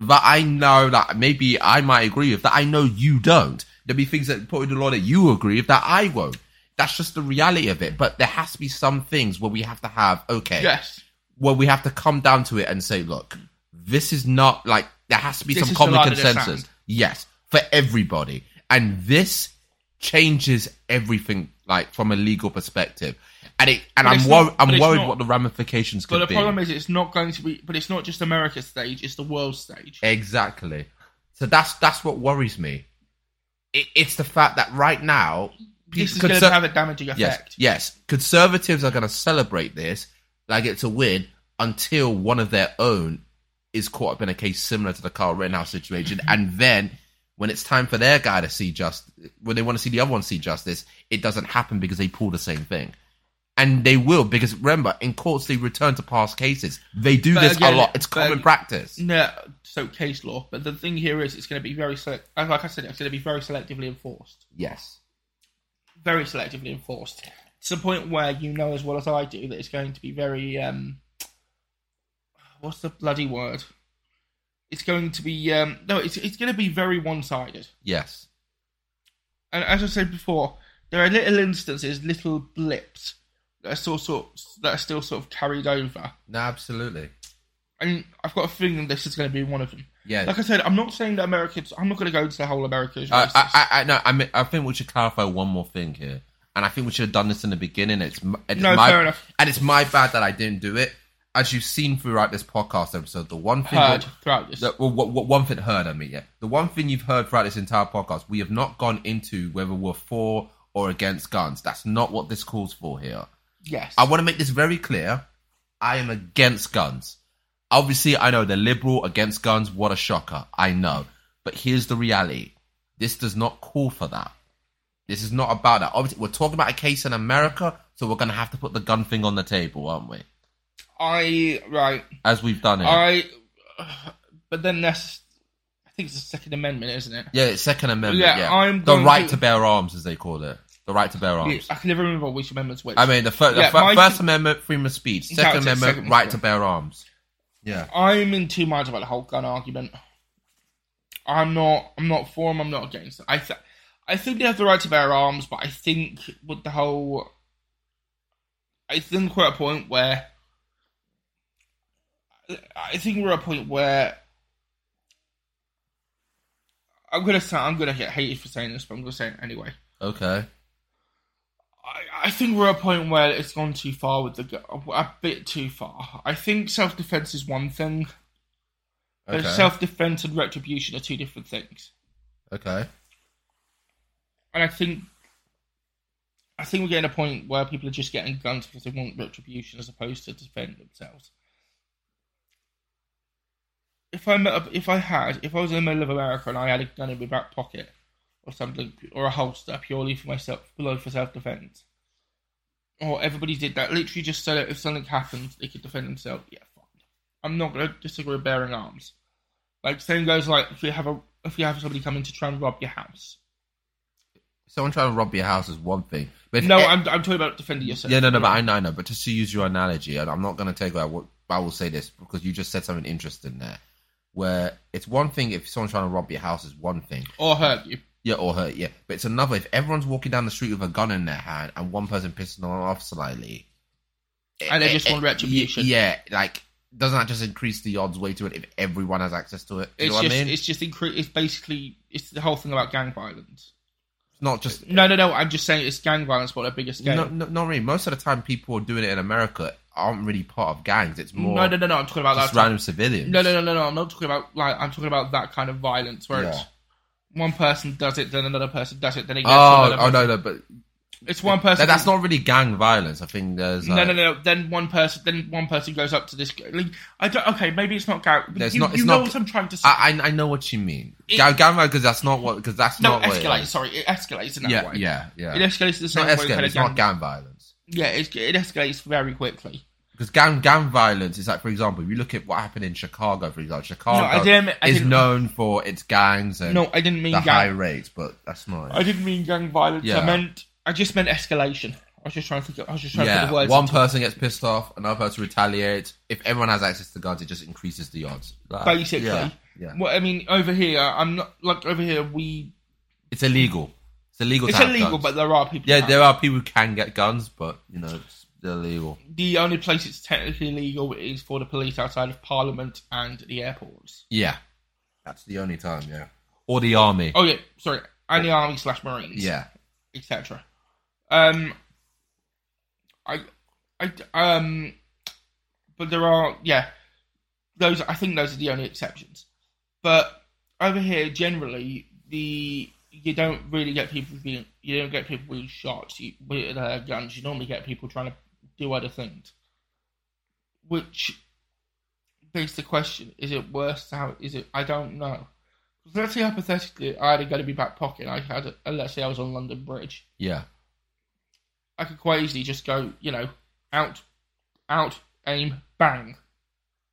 Speaker 2: that I know that maybe I might agree with that I know you don't. There'll be things that put into law that you agree with that I won't. That's just the reality of it. But there has to be some things where we have to have okay,
Speaker 1: Yes,
Speaker 2: where we have to come down to it and say, look, this is not like there has to be
Speaker 1: This
Speaker 2: some
Speaker 1: is
Speaker 2: common
Speaker 1: the line of the
Speaker 2: consensus.
Speaker 1: sand.
Speaker 2: Yes, for everybody, and this changes everything, like from a legal perspective. And it,
Speaker 1: But
Speaker 2: and I'm
Speaker 1: it's
Speaker 2: worried.
Speaker 1: not- but
Speaker 2: I'm
Speaker 1: it's
Speaker 2: worried
Speaker 1: not-
Speaker 2: what the ramifications
Speaker 1: but
Speaker 2: could
Speaker 1: the
Speaker 2: be.
Speaker 1: problem is it's not going to be. But it's not just America's stage; it's the world stage.
Speaker 2: exactly. So that's that's what worries me. It, it's the fact that right now,
Speaker 1: This is
Speaker 2: conser-
Speaker 1: going to have a damaging effect.
Speaker 2: yes, yes, conservatives are going to celebrate this like it's a win until one of their own is caught up in a case similar to the Carl Rittenhouse situation, and then when it's time for their guy to see just when they want to see the other one see justice, it doesn't happen because they pull the same thing, and they will because remember, in courts they return to past cases. They do
Speaker 1: But
Speaker 2: this
Speaker 1: again-
Speaker 2: a lot. It's
Speaker 1: but-
Speaker 2: common practice.
Speaker 1: No, so case law. But the thing here is, it's going to be very select. Like I said, it's going to be very selectively enforced.
Speaker 2: Yes.
Speaker 1: Very selectively enforced. To the point where you know as well as I do that it's going to be very. um What's the bloody word? It's going to be um no. It's it's going to be very one-sided.
Speaker 2: Yes.
Speaker 1: and as I said before, there are little instances, little blips that are still sort that are still sort of carried over.
Speaker 2: No, absolutely.
Speaker 1: And I've got a feeling this is going to be one of them.
Speaker 2: Yeah.
Speaker 1: Like I said, I'm not saying that Americans. I'm not going to go into the whole Americans.
Speaker 2: I, I, I, no, I, mean, I think we should clarify one more thing here, and I think we should have done this in the beginning. It's, m- it's
Speaker 1: No,
Speaker 2: my,
Speaker 1: fair enough.
Speaker 2: and it's my bad that I didn't do it. As you've seen throughout this podcast episode, the one thing
Speaker 1: heard throughout this.
Speaker 2: the, well, what, what one thing heard, I mean, yeah, the one thing you've heard throughout this entire podcast, we have not gone into whether we're for or against guns. That's not what this calls for here.
Speaker 1: yes,
Speaker 2: I want to make this very clear. I am against guns. Obviously, I know they're liberal against guns. What a shocker. I know. But here's the reality this does not call for that. This is not about that. Obviously, we're talking about a case in America, so we're going to have to put the gun thing on the table, aren't we?
Speaker 1: I right.
Speaker 2: As we've done it.
Speaker 1: I. But then that's. I think it's the Second Amendment, isn't it?
Speaker 2: yeah, it's Second Amendment.
Speaker 1: Yeah,
Speaker 2: Yeah,
Speaker 1: I'm
Speaker 2: the
Speaker 1: going
Speaker 2: right
Speaker 1: to-
Speaker 2: to... bear arms, as they call it. The right to bear arms.
Speaker 1: I can never remember which amendment's which.
Speaker 2: I mean, the, fir- the
Speaker 1: Yeah,
Speaker 2: fir-
Speaker 1: my-
Speaker 2: First Amendment, freedom of speech.
Speaker 1: That's
Speaker 2: Second
Speaker 1: it,
Speaker 2: Amendment,
Speaker 1: Second
Speaker 2: right to
Speaker 1: Amendment.
Speaker 2: bear arms. Yeah.
Speaker 1: I'm in two minds about the whole gun argument. I'm not. I'm not for 'em, I'm not against. 'em. I th- I think they have the right to bear arms, but I think with the whole, I think we're at a point where, I think we're at a point where. I'm gonna say I'm gonna get hated for saying this, but I'm gonna say it anyway.
Speaker 2: Okay.
Speaker 1: I, I think we're at a point where it's gone too far with the gu- a bit too far. I think self defense is one thing.
Speaker 2: Okay.
Speaker 1: Self defense and retribution are two different things,
Speaker 2: okay.
Speaker 1: and I think I think we're getting a point where people are just getting guns because they want retribution as opposed to defend themselves. If I met up, if I had, if I was in the middle of America and I had a gun in my back pocket or something, or a holster purely for myself, purely for self defense, or everybody did that literally just so that if something happened, they could defend themselves. Yeah, fine. I'm not going to disagree with bearing arms. Like same goes like if you have a if you have somebody coming to try and rob your house.
Speaker 2: someone trying to rob your house is one thing. But if
Speaker 1: no,
Speaker 2: e-
Speaker 1: I'm I'm talking about defending yourself.
Speaker 2: yeah, no, no, but I know, I know. But just to use your analogy, and I'm not going to take away what I will say this because you just said something interesting there, where it's one thing if someone's trying to rob your house is one thing,
Speaker 1: or hurt you.
Speaker 2: yeah, or hurt, yeah. But it's another if everyone's walking down the street with a gun in their hand and one person pissing them off slightly,
Speaker 1: And they
Speaker 2: eh,
Speaker 1: just
Speaker 2: eh,
Speaker 1: want retribution.
Speaker 2: y- Yeah, like doesn't that just increase the odds way to it if everyone has access to it? You
Speaker 1: It's
Speaker 2: know
Speaker 1: just
Speaker 2: what I mean?
Speaker 1: it's just incre- it's basically it's the whole thing about gang violence.
Speaker 2: It's not just
Speaker 1: No, no, no. I'm just saying it's gang violence, but a bigger scale.
Speaker 2: no, no, not really. Most of the time, people who are doing it in America aren't really part of gangs. It's more
Speaker 1: no, no, no, no. I'm talking about
Speaker 2: just
Speaker 1: that.
Speaker 2: random civilians.
Speaker 1: No, no, no, no, no. I'm not talking about like I'm talking about that kind of violence where it's
Speaker 2: Yeah.
Speaker 1: one person does it, then another person does it, then it gets to
Speaker 2: Oh,
Speaker 1: another
Speaker 2: oh
Speaker 1: person.
Speaker 2: no, no, but
Speaker 1: It's one person.
Speaker 2: that- that's not really gang violence. I think there's
Speaker 1: No,
Speaker 2: like,
Speaker 1: no, no. Then one person, then one person goes up to this. g- Like, I don't. Okay, maybe it's not Garrett.
Speaker 2: There's
Speaker 1: you
Speaker 2: not- it's
Speaker 1: you know
Speaker 2: not-
Speaker 1: what I'm trying to say.
Speaker 2: I, I I know what you mean.
Speaker 1: It-
Speaker 2: gang gang violence because that's not what because that's
Speaker 1: no,
Speaker 2: not what it
Speaker 1: escalates.
Speaker 2: is.
Speaker 1: Sorry, it escalates in that
Speaker 2: Yeah,
Speaker 1: way.
Speaker 2: yeah, yeah.
Speaker 1: It escalates the
Speaker 2: It's
Speaker 1: same
Speaker 2: not
Speaker 1: way.
Speaker 2: escalating.
Speaker 1: that a
Speaker 2: It's not
Speaker 1: gang-
Speaker 2: gang violence
Speaker 1: Yeah, it, it escalates very quickly.
Speaker 2: because gang gang violence is like, for example, if you look at what happened in Chicago, for example, Chicago
Speaker 1: didn't- I
Speaker 2: is
Speaker 1: didn't-
Speaker 2: known for its gangs and
Speaker 1: No, I didn't mean
Speaker 2: the
Speaker 1: gang.
Speaker 2: high rates, but that's not.
Speaker 1: I didn't mean gang violence. I
Speaker 2: Yeah.
Speaker 1: meant. I just meant escalation. I was just trying to think. Of, I was just trying to put
Speaker 2: yeah,
Speaker 1: the words.
Speaker 2: one
Speaker 1: into-
Speaker 2: person gets pissed off, another person retaliates. If everyone has access to guns, it just increases the odds. Like,
Speaker 1: basically.
Speaker 2: yeah, yeah.
Speaker 1: Well, I mean, over here, I'm not like over here. We
Speaker 2: it's illegal. It's illegal. to
Speaker 1: it's
Speaker 2: have
Speaker 1: illegal,
Speaker 2: guns.
Speaker 1: but there are people.
Speaker 2: Yeah,
Speaker 1: that-
Speaker 2: there are people who can get guns, but you know it's illegal.
Speaker 1: The only place it's technically legal is for the police outside of Parliament and the airports.
Speaker 2: Yeah, that's the only time. Yeah, or the army.
Speaker 1: Oh yeah, sorry, and the army slash marines.
Speaker 2: yeah,
Speaker 1: etc. Um, I, I, um, but there are yeah, those I think those are the only exceptions. But over here, generally, the you don't really get people being you don't get people with shots you, with uh, guns. You normally get people trying to do other things, which begs the question: Is it worse? How is it? I don't know. So let's say hypothetically, I had a gun in my back pocket. And I had, a, and let's say I was on London Bridge,
Speaker 2: yeah,
Speaker 1: I could quite easily just go, you know, out, out, aim, bang,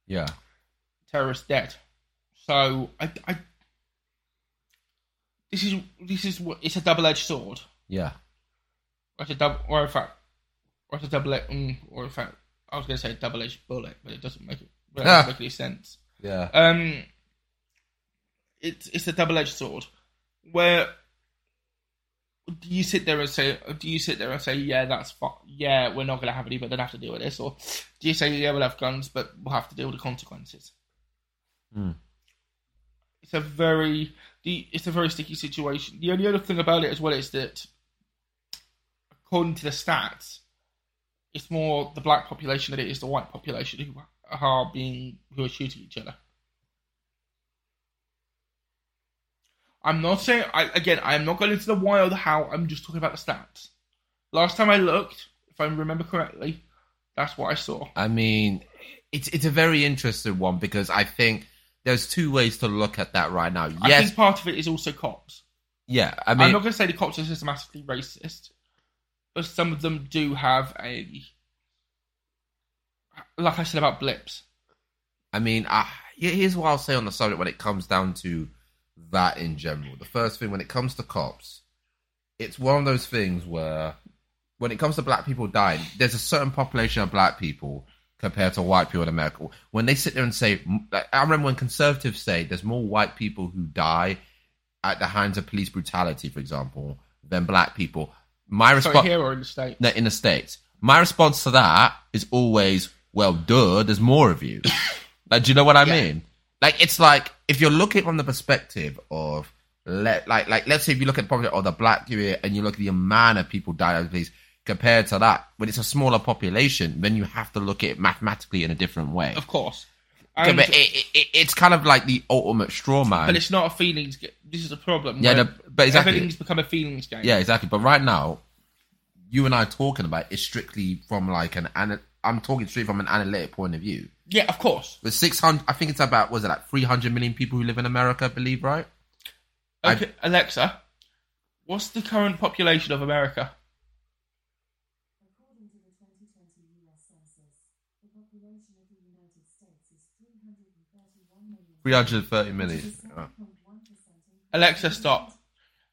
Speaker 2: Yeah.
Speaker 1: terrorist dead. So I, I this is this is what it's a double edged sword.
Speaker 2: Yeah.
Speaker 1: Or it's a double, or in fact, or it's a double, mm, or in fact, I was going to say double edged bullet, but it doesn't make it that doesn't make any sense.
Speaker 2: Yeah.
Speaker 1: Um, it's it's a double edged sword where do you sit there and say do you sit there and say yeah that's fine yeah we're not going to have any but then have to deal with this or do you say yeah we'll have guns but we'll have to deal with the consequences it's a very the it's a very sticky situation the only other thing about it as well is that according to the stats it's more the black population than it is the white population who are being who are shooting each other I'm not saying I again. I'm not going into the why or the how. I'm just talking about the stats. Last time I looked, if I remember correctly, that's what I saw.
Speaker 2: I mean, it's it's a very interesting one because I think there's two ways to look at that right now.
Speaker 1: I
Speaker 2: Yes,
Speaker 1: think part of it is also cops.
Speaker 2: yeah. I
Speaker 1: I am
Speaker 2: mean,
Speaker 1: not going to say the cops are systematically racist, but some of them do have a, like I said about blips.
Speaker 2: I mean, I, here- here's what I'll say on the subject when it comes down to that in general. The first thing, when it comes to cops, it's one of those things where when it comes to black people dying, there's a certain population of black people compared to white people in America. When they sit there and say, like, I remember when conservatives say there's more white people who die at the hands of police brutality, for example, than black people. My
Speaker 1: Sorry,
Speaker 2: response
Speaker 1: here or in the state.
Speaker 2: no, in the states. My response to that is always, "Well, duh, there's more of you." like, do you know what I mean? Like, it's like if you're looking from the perspective of let, like, like, let's say if you look at probably or the black community and you look at the amount of people died of these compared to that, when it's a smaller population, then you have to look at it mathematically in a different way.
Speaker 1: Of course.
Speaker 2: Okay,
Speaker 1: And-
Speaker 2: but it, it- it, it's kind of like the ultimate straw man.
Speaker 1: but it's not a feelings. ga- This is a problem.
Speaker 2: Yeah,
Speaker 1: where
Speaker 2: no, but exactly.
Speaker 1: Everything's become a feelings game.
Speaker 2: Yeah, exactly. But right now, you and I talking about is strictly from like an ana- I'm talking straight from an analytic point of view.
Speaker 1: yeah, of course.
Speaker 2: But six hundred, I think it's about was it like three hundred million people who live in America, I believe, right? I-
Speaker 1: Okay, Alexa, what's the current population of America?
Speaker 2: Three hundred thirty million. Uh,
Speaker 1: Alexa, stop.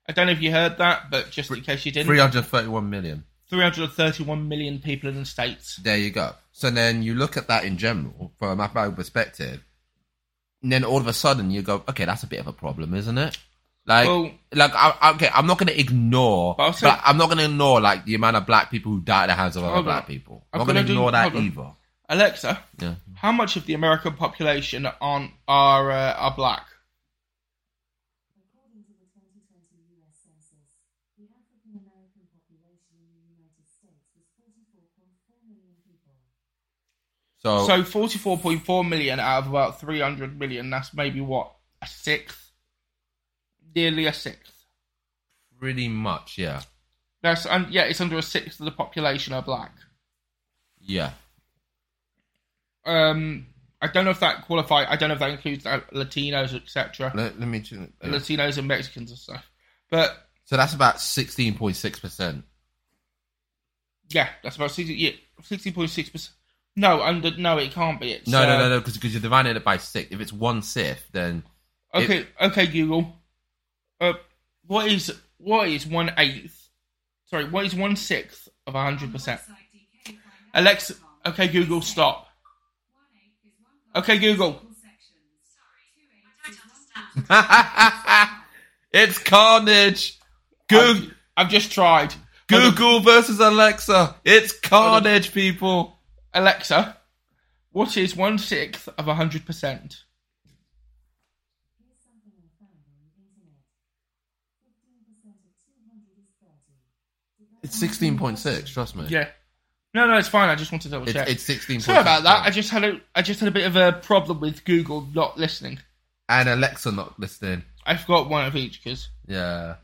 Speaker 1: I don't know if you heard that, but just in case you
Speaker 2: Three
Speaker 1: didn't,
Speaker 2: hundred thirty-one million.
Speaker 1: 331 million people in the States.
Speaker 2: There you go. So then you look at that in general from a mathematical perspective, and then all of a sudden you go, okay, that's a bit of a problem, isn't it? Like,
Speaker 1: Well-
Speaker 2: like, I, I- okay, I'm not going to ignore,
Speaker 1: But I'll
Speaker 2: but
Speaker 1: say-
Speaker 2: I'm not going to ignore like the amount of black people who die at the hands of other
Speaker 1: Hold on.
Speaker 2: black people. I'm
Speaker 1: I'm
Speaker 2: not going to
Speaker 1: gonna do-
Speaker 2: ignore that
Speaker 1: hold on.
Speaker 2: either.
Speaker 1: Alexa,
Speaker 2: Yeah.
Speaker 1: how much of the American population aren't, are uh, are black?
Speaker 2: So,
Speaker 1: So 44.4 million out of about 300 million. That's maybe what a sixth, nearly a sixth.
Speaker 2: pretty much, yeah,
Speaker 1: That's un- yeah, it's under a sixth of the population are black.
Speaker 2: yeah.
Speaker 1: Um, I don't know if that qualify. I don't know if that includes uh, Latinos, etc.
Speaker 2: Let, let me. ch- uh,
Speaker 1: Latinos and Mexicans and stuff. But
Speaker 2: So that's about sixteen point six percent.
Speaker 1: yeah, that's about sixty. Yeah, sixty point six percent. No, under no, it can't be. It's,
Speaker 2: No, no,
Speaker 1: uh,
Speaker 2: no, no, because you're dividing it by six. If it's one sixth, then
Speaker 1: Okay, okay, Google. Uh, what is what is one eighth? Sorry, what is one sixth of hundred percent? Alexa, okay, Google, stop. Okay, Google.
Speaker 2: it's carnage. Google,
Speaker 1: I've, I've just tried.
Speaker 2: Google versus Alexa. It's carnage, people.
Speaker 1: Alexa, what is one sixth of hundred percent?
Speaker 2: It's sixteen point six. Trust me.
Speaker 1: Yeah. No, no, it's fine. I just wanted to double check.
Speaker 2: It's, it's sixteen.
Speaker 1: Sorry about that. I just had a I just had a bit of a problem with Google not listening.
Speaker 2: And Alexa not listening.
Speaker 1: I've got one of each because
Speaker 2: Yeah.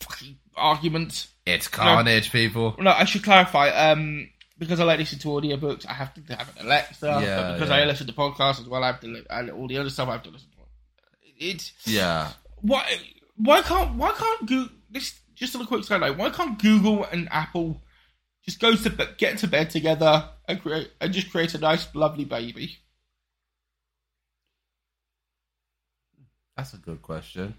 Speaker 1: fucking arguments.
Speaker 2: It's carnage, people.
Speaker 1: No, I should clarify. Um, because I like listening to audiobooks, I have to have an Alexa.
Speaker 2: Yeah,
Speaker 1: but because
Speaker 2: yeah.
Speaker 1: I listen to podcasts as well, I have to li- and all the other stuff I have to listen to. It's
Speaker 2: Yeah.
Speaker 1: why why can't why can't Google this just on a quick side note, why can't Google and Apple just goes to bed, get to bed together, and create and just create a nice, lovely baby.
Speaker 2: That's a good question.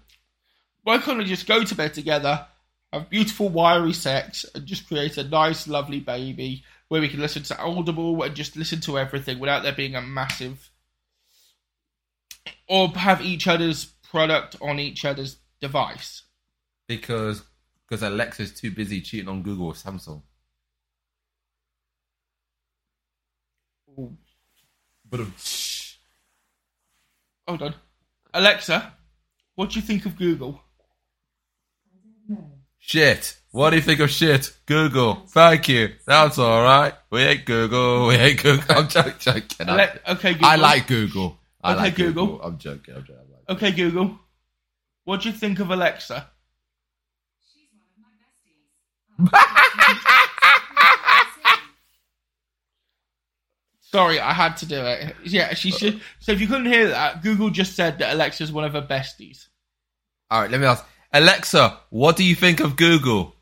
Speaker 1: Why can't we just go to bed together, have beautiful wiry sex, and just create a nice, lovely baby where we can listen to Audible and just listen to everything without there being a massive, or have each other's product on each other's device.
Speaker 2: Because because Alexa's too busy cheating on Google with Samsung. But
Speaker 1: Hold on, Alexa, what do you think of Google?
Speaker 2: shit. What do you think of shit? Google. Thank you. That's all right. We hate Google. We hate Google. I'm joking. joking. I'm-
Speaker 1: Ale- okay, Google.
Speaker 2: I like Google. I
Speaker 1: Okay,
Speaker 2: like Google.
Speaker 1: Google.
Speaker 2: I'm joking. I'm joking. I like
Speaker 1: Okay, Google, what do you think of Alexa? Sorry, I had to do it. Yeah, she should. So if you couldn't hear that, Google just said that Alexa's one of her besties.
Speaker 2: All right, let me ask Alexa. What do you think of Google?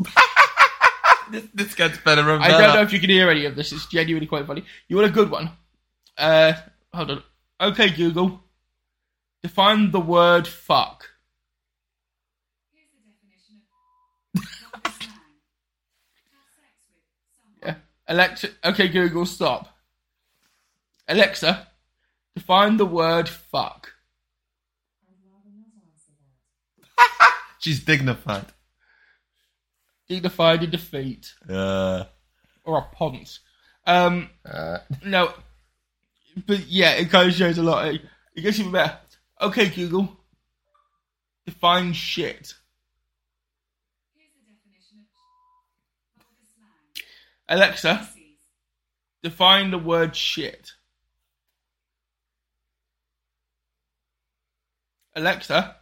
Speaker 2: this, this gets better and
Speaker 1: I
Speaker 2: better.
Speaker 1: don't know if you can hear any of this. It's genuinely quite funny. You want a good one? Uh, hold on. Okay, Google, define the word "fuck." Yeah. Alexa. Okay, Google, stop. Alexa, define the word "fuck."
Speaker 2: She's dignified.
Speaker 1: Dignified in defeat
Speaker 2: Uh,
Speaker 1: or a pont. Um. No, but yeah, it kind of shows a lot. It it gets even better. Okay, Google, define shit. Alexa, define the word shit. Alexa,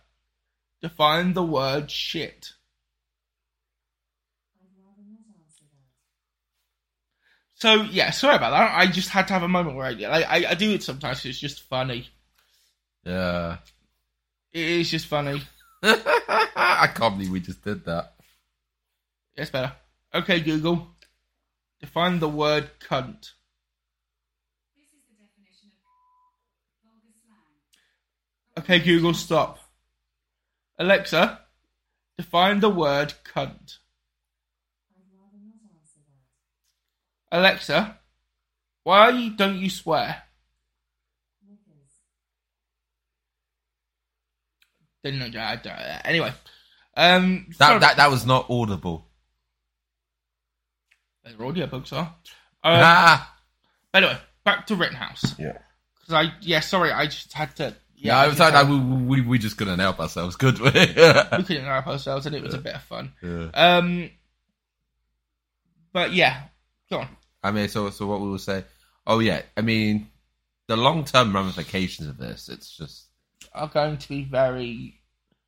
Speaker 1: define the word shit. So yeah, sorry about that. I just had to have a moment where I, like, I, I do it sometimes. It's just funny.
Speaker 2: yeah.
Speaker 1: It is just funny.
Speaker 2: I can't believe we just did that.
Speaker 1: It's better. Okay, Google, define the word cunt. Okay, Google, stop. Alexa, define the word cunt. Alexa, why don't you swear? Didn't know that. I don't- Anyway, um, sorry-
Speaker 2: That that, that was not audible.
Speaker 1: their audiobooks are. Um,
Speaker 2: ah,
Speaker 1: but anyway, back to Rittenhouse.
Speaker 2: yeah.
Speaker 1: 'Cause I, yeah, sorry, I just had to.
Speaker 2: Yeah, I was
Speaker 1: just
Speaker 2: like,
Speaker 1: had-
Speaker 2: we, we we just couldn't help ourselves, could we?
Speaker 1: we couldn't help ourselves, and it was a bit of fun.
Speaker 2: Yeah.
Speaker 1: Um, but yeah, go on.
Speaker 2: I mean, so so what we will say? Oh yeah, I mean, the long term ramifications of this, it's just
Speaker 1: Are going to be very.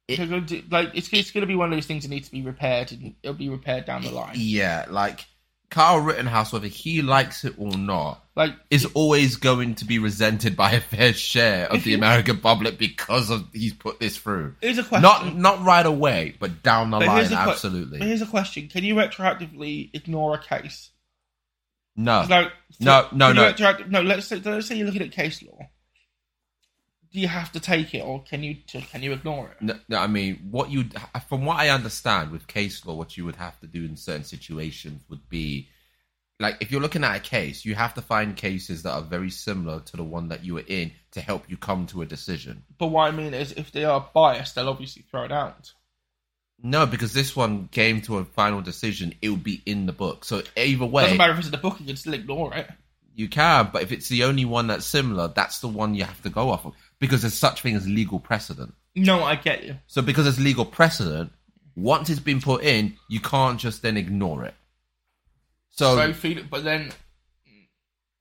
Speaker 1: they're going to, like it's it's going to be one of those things that need to be repaired, and it'll be repaired down the line.
Speaker 2: yeah, like Kyle Rittenhouse, whether he likes it or not,
Speaker 1: Like
Speaker 2: is always going to be resented by a fair share of the American public because of he's put this through.
Speaker 1: Here's a question.
Speaker 2: Not not right away, but down the
Speaker 1: but
Speaker 2: line,
Speaker 1: here's a que- but
Speaker 2: absolutely.
Speaker 1: here's a question: Can you retroactively ignore a case?
Speaker 2: No,
Speaker 1: No,
Speaker 2: Uh, No, no,
Speaker 1: can
Speaker 2: no.
Speaker 1: you retroact- no. Let's say, let's say you're looking at case law. Do you have to take it, or can you can you ignore it?
Speaker 2: No, no, I mean, what you, from what I understand with case law, what you would have to do in certain situations would be, like, if you're looking at a case, you have to find cases that are very similar to the one that you were in to help you come to a decision.
Speaker 1: But what I mean is, if they are biased, they'll obviously throw it out.
Speaker 2: No, because this one came to a final decision, it would be in the book. So either
Speaker 1: Doesn't
Speaker 2: way,
Speaker 1: matter if it's in the book; you can still ignore it.
Speaker 2: you can, but if it's the only one that's similar, that's the one you have to go off of because there's such thing as legal precedent.
Speaker 1: No, I get you.
Speaker 2: So because there's legal precedent, once it's been put in, you can't just then ignore it. So,
Speaker 1: So, feel it, but then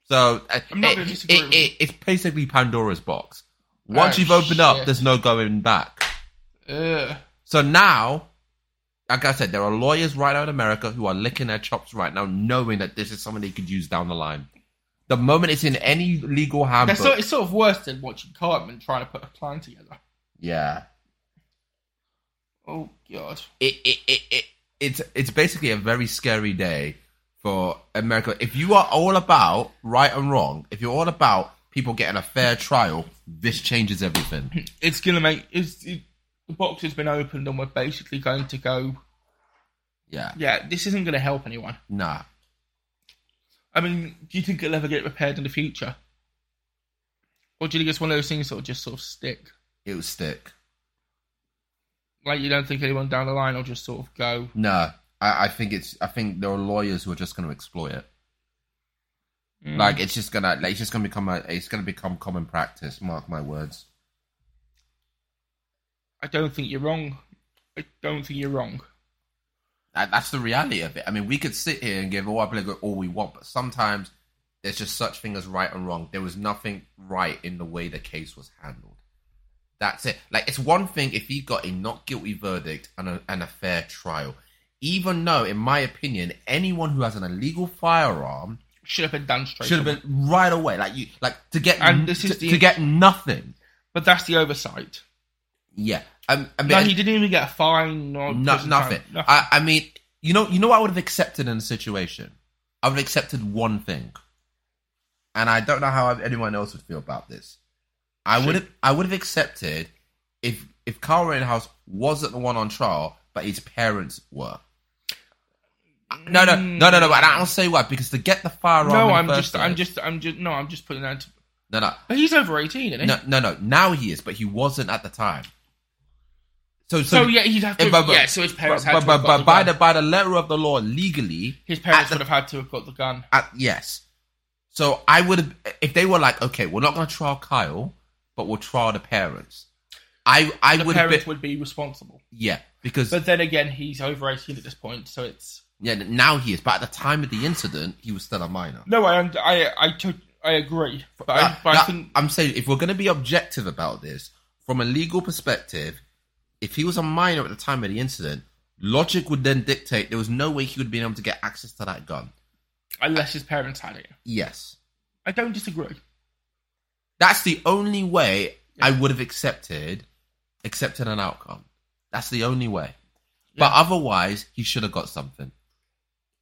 Speaker 2: So uh,
Speaker 1: I'm not
Speaker 2: it,
Speaker 1: gonna disagree
Speaker 2: it-
Speaker 1: with you.
Speaker 2: it- it's basically Pandora's box. Once
Speaker 1: Oh,
Speaker 2: you've opened
Speaker 1: shit.
Speaker 2: up, there's no going back.
Speaker 1: ugh,
Speaker 2: So now, like I said, there are lawyers right now in America who are licking their chops right now, knowing that this is something they could use down the line. The moment it's in any legal handbook,
Speaker 1: that's sort, it's sort of worse than watching Cartman trying to put a plan together.
Speaker 2: yeah,
Speaker 1: Oh god.
Speaker 2: it, it, it, it it's it's basically a very scary day for America. If you are all about right and wrong, if you're all about people getting a fair trial, this changes everything.
Speaker 1: It's gonna make. It's, it, the box has been opened, and we're basically going to go.
Speaker 2: Yeah.
Speaker 1: Yeah, this isn't gonna help anyone.
Speaker 2: Nah.
Speaker 1: I mean, do you think it'll ever get repaired in the future? Or do you think it's one of those things that'll just sort of stick?
Speaker 2: It'll stick.
Speaker 1: Like you don't think anyone down the line will just sort of go,
Speaker 2: No, I, I think it's. I think there are lawyers who are just going to exploit it. Like it's just gonna, like, it's just gonna become a, it's gonna become common practice. Mark my words.
Speaker 1: I don't think you're wrong. I don't think you're wrong.
Speaker 2: That, that's the reality of it. I mean, we could sit here and give all our political all we want, but sometimes there's just such thing as right and wrong. There was nothing right in the way the case was handled. That's it. Like it's one thing if he got a not guilty verdict and a, and a fair trial, even though, in my opinion, anyone who has an illegal firearm
Speaker 1: Should have been done straight.
Speaker 2: should
Speaker 1: away.
Speaker 2: have been right away. Like you, like to get
Speaker 1: And this is
Speaker 2: to,
Speaker 1: the-
Speaker 2: to get nothing.
Speaker 1: But that's the oversight.
Speaker 2: Yeah, um, I mean,
Speaker 1: no, he didn't even get a fine or
Speaker 2: No-
Speaker 1: prison time.
Speaker 2: nothing. I, I mean, you know, you know, what I would have accepted in a situation. I would have accepted one thing, and I don't know how anyone else would feel about this. I would have, I would have accepted if if Carl Rittenhouse wasn't the one on trial, but his parents were. No, no, no, no, no. But I'll say what because to get the firearm. in
Speaker 1: no,
Speaker 2: the
Speaker 1: I'm
Speaker 2: first
Speaker 1: just, I'm
Speaker 2: place-
Speaker 1: just, I'm just, no, I'm just putting that. To,
Speaker 2: no, no.
Speaker 1: but he's over eighteen, isn't he?
Speaker 2: No, no, no. Now he is, but he wasn't at the time. So,
Speaker 1: So, yeah, he'd have to-
Speaker 2: eh,
Speaker 1: yeah, so his parents
Speaker 2: but,
Speaker 1: had to
Speaker 2: but,
Speaker 1: have got
Speaker 2: but
Speaker 1: the
Speaker 2: by
Speaker 1: gun.
Speaker 2: the by the letter of the law, legally,
Speaker 1: His parents
Speaker 2: at the-
Speaker 1: would have had to have got the gun.
Speaker 2: at- yes. So I would have if they were like, okay, we're not going to trial Kyle, but we'll trial the parents. I I
Speaker 1: The
Speaker 2: would have
Speaker 1: parents
Speaker 2: been
Speaker 1: would be responsible.
Speaker 2: yeah because
Speaker 1: But then again, he's over eighteen at this point, so it's
Speaker 2: yeah now he is, but at the time of the incident, he was still a minor.
Speaker 1: no. I, I, I, took, I agree, but, I,
Speaker 2: That-
Speaker 1: but I
Speaker 2: that-
Speaker 1: think
Speaker 2: I'm saying if we're going to be objective about this, from a legal perspective, if he was a minor at the time of the incident, logic would then dictate there was no way he would have been able to get access to that gun.
Speaker 1: unless his parents had it,
Speaker 2: Yes.
Speaker 1: I don't disagree.
Speaker 2: That's the only way I would have accepted accepted an outcome. That's the only way. But otherwise, he should have got something.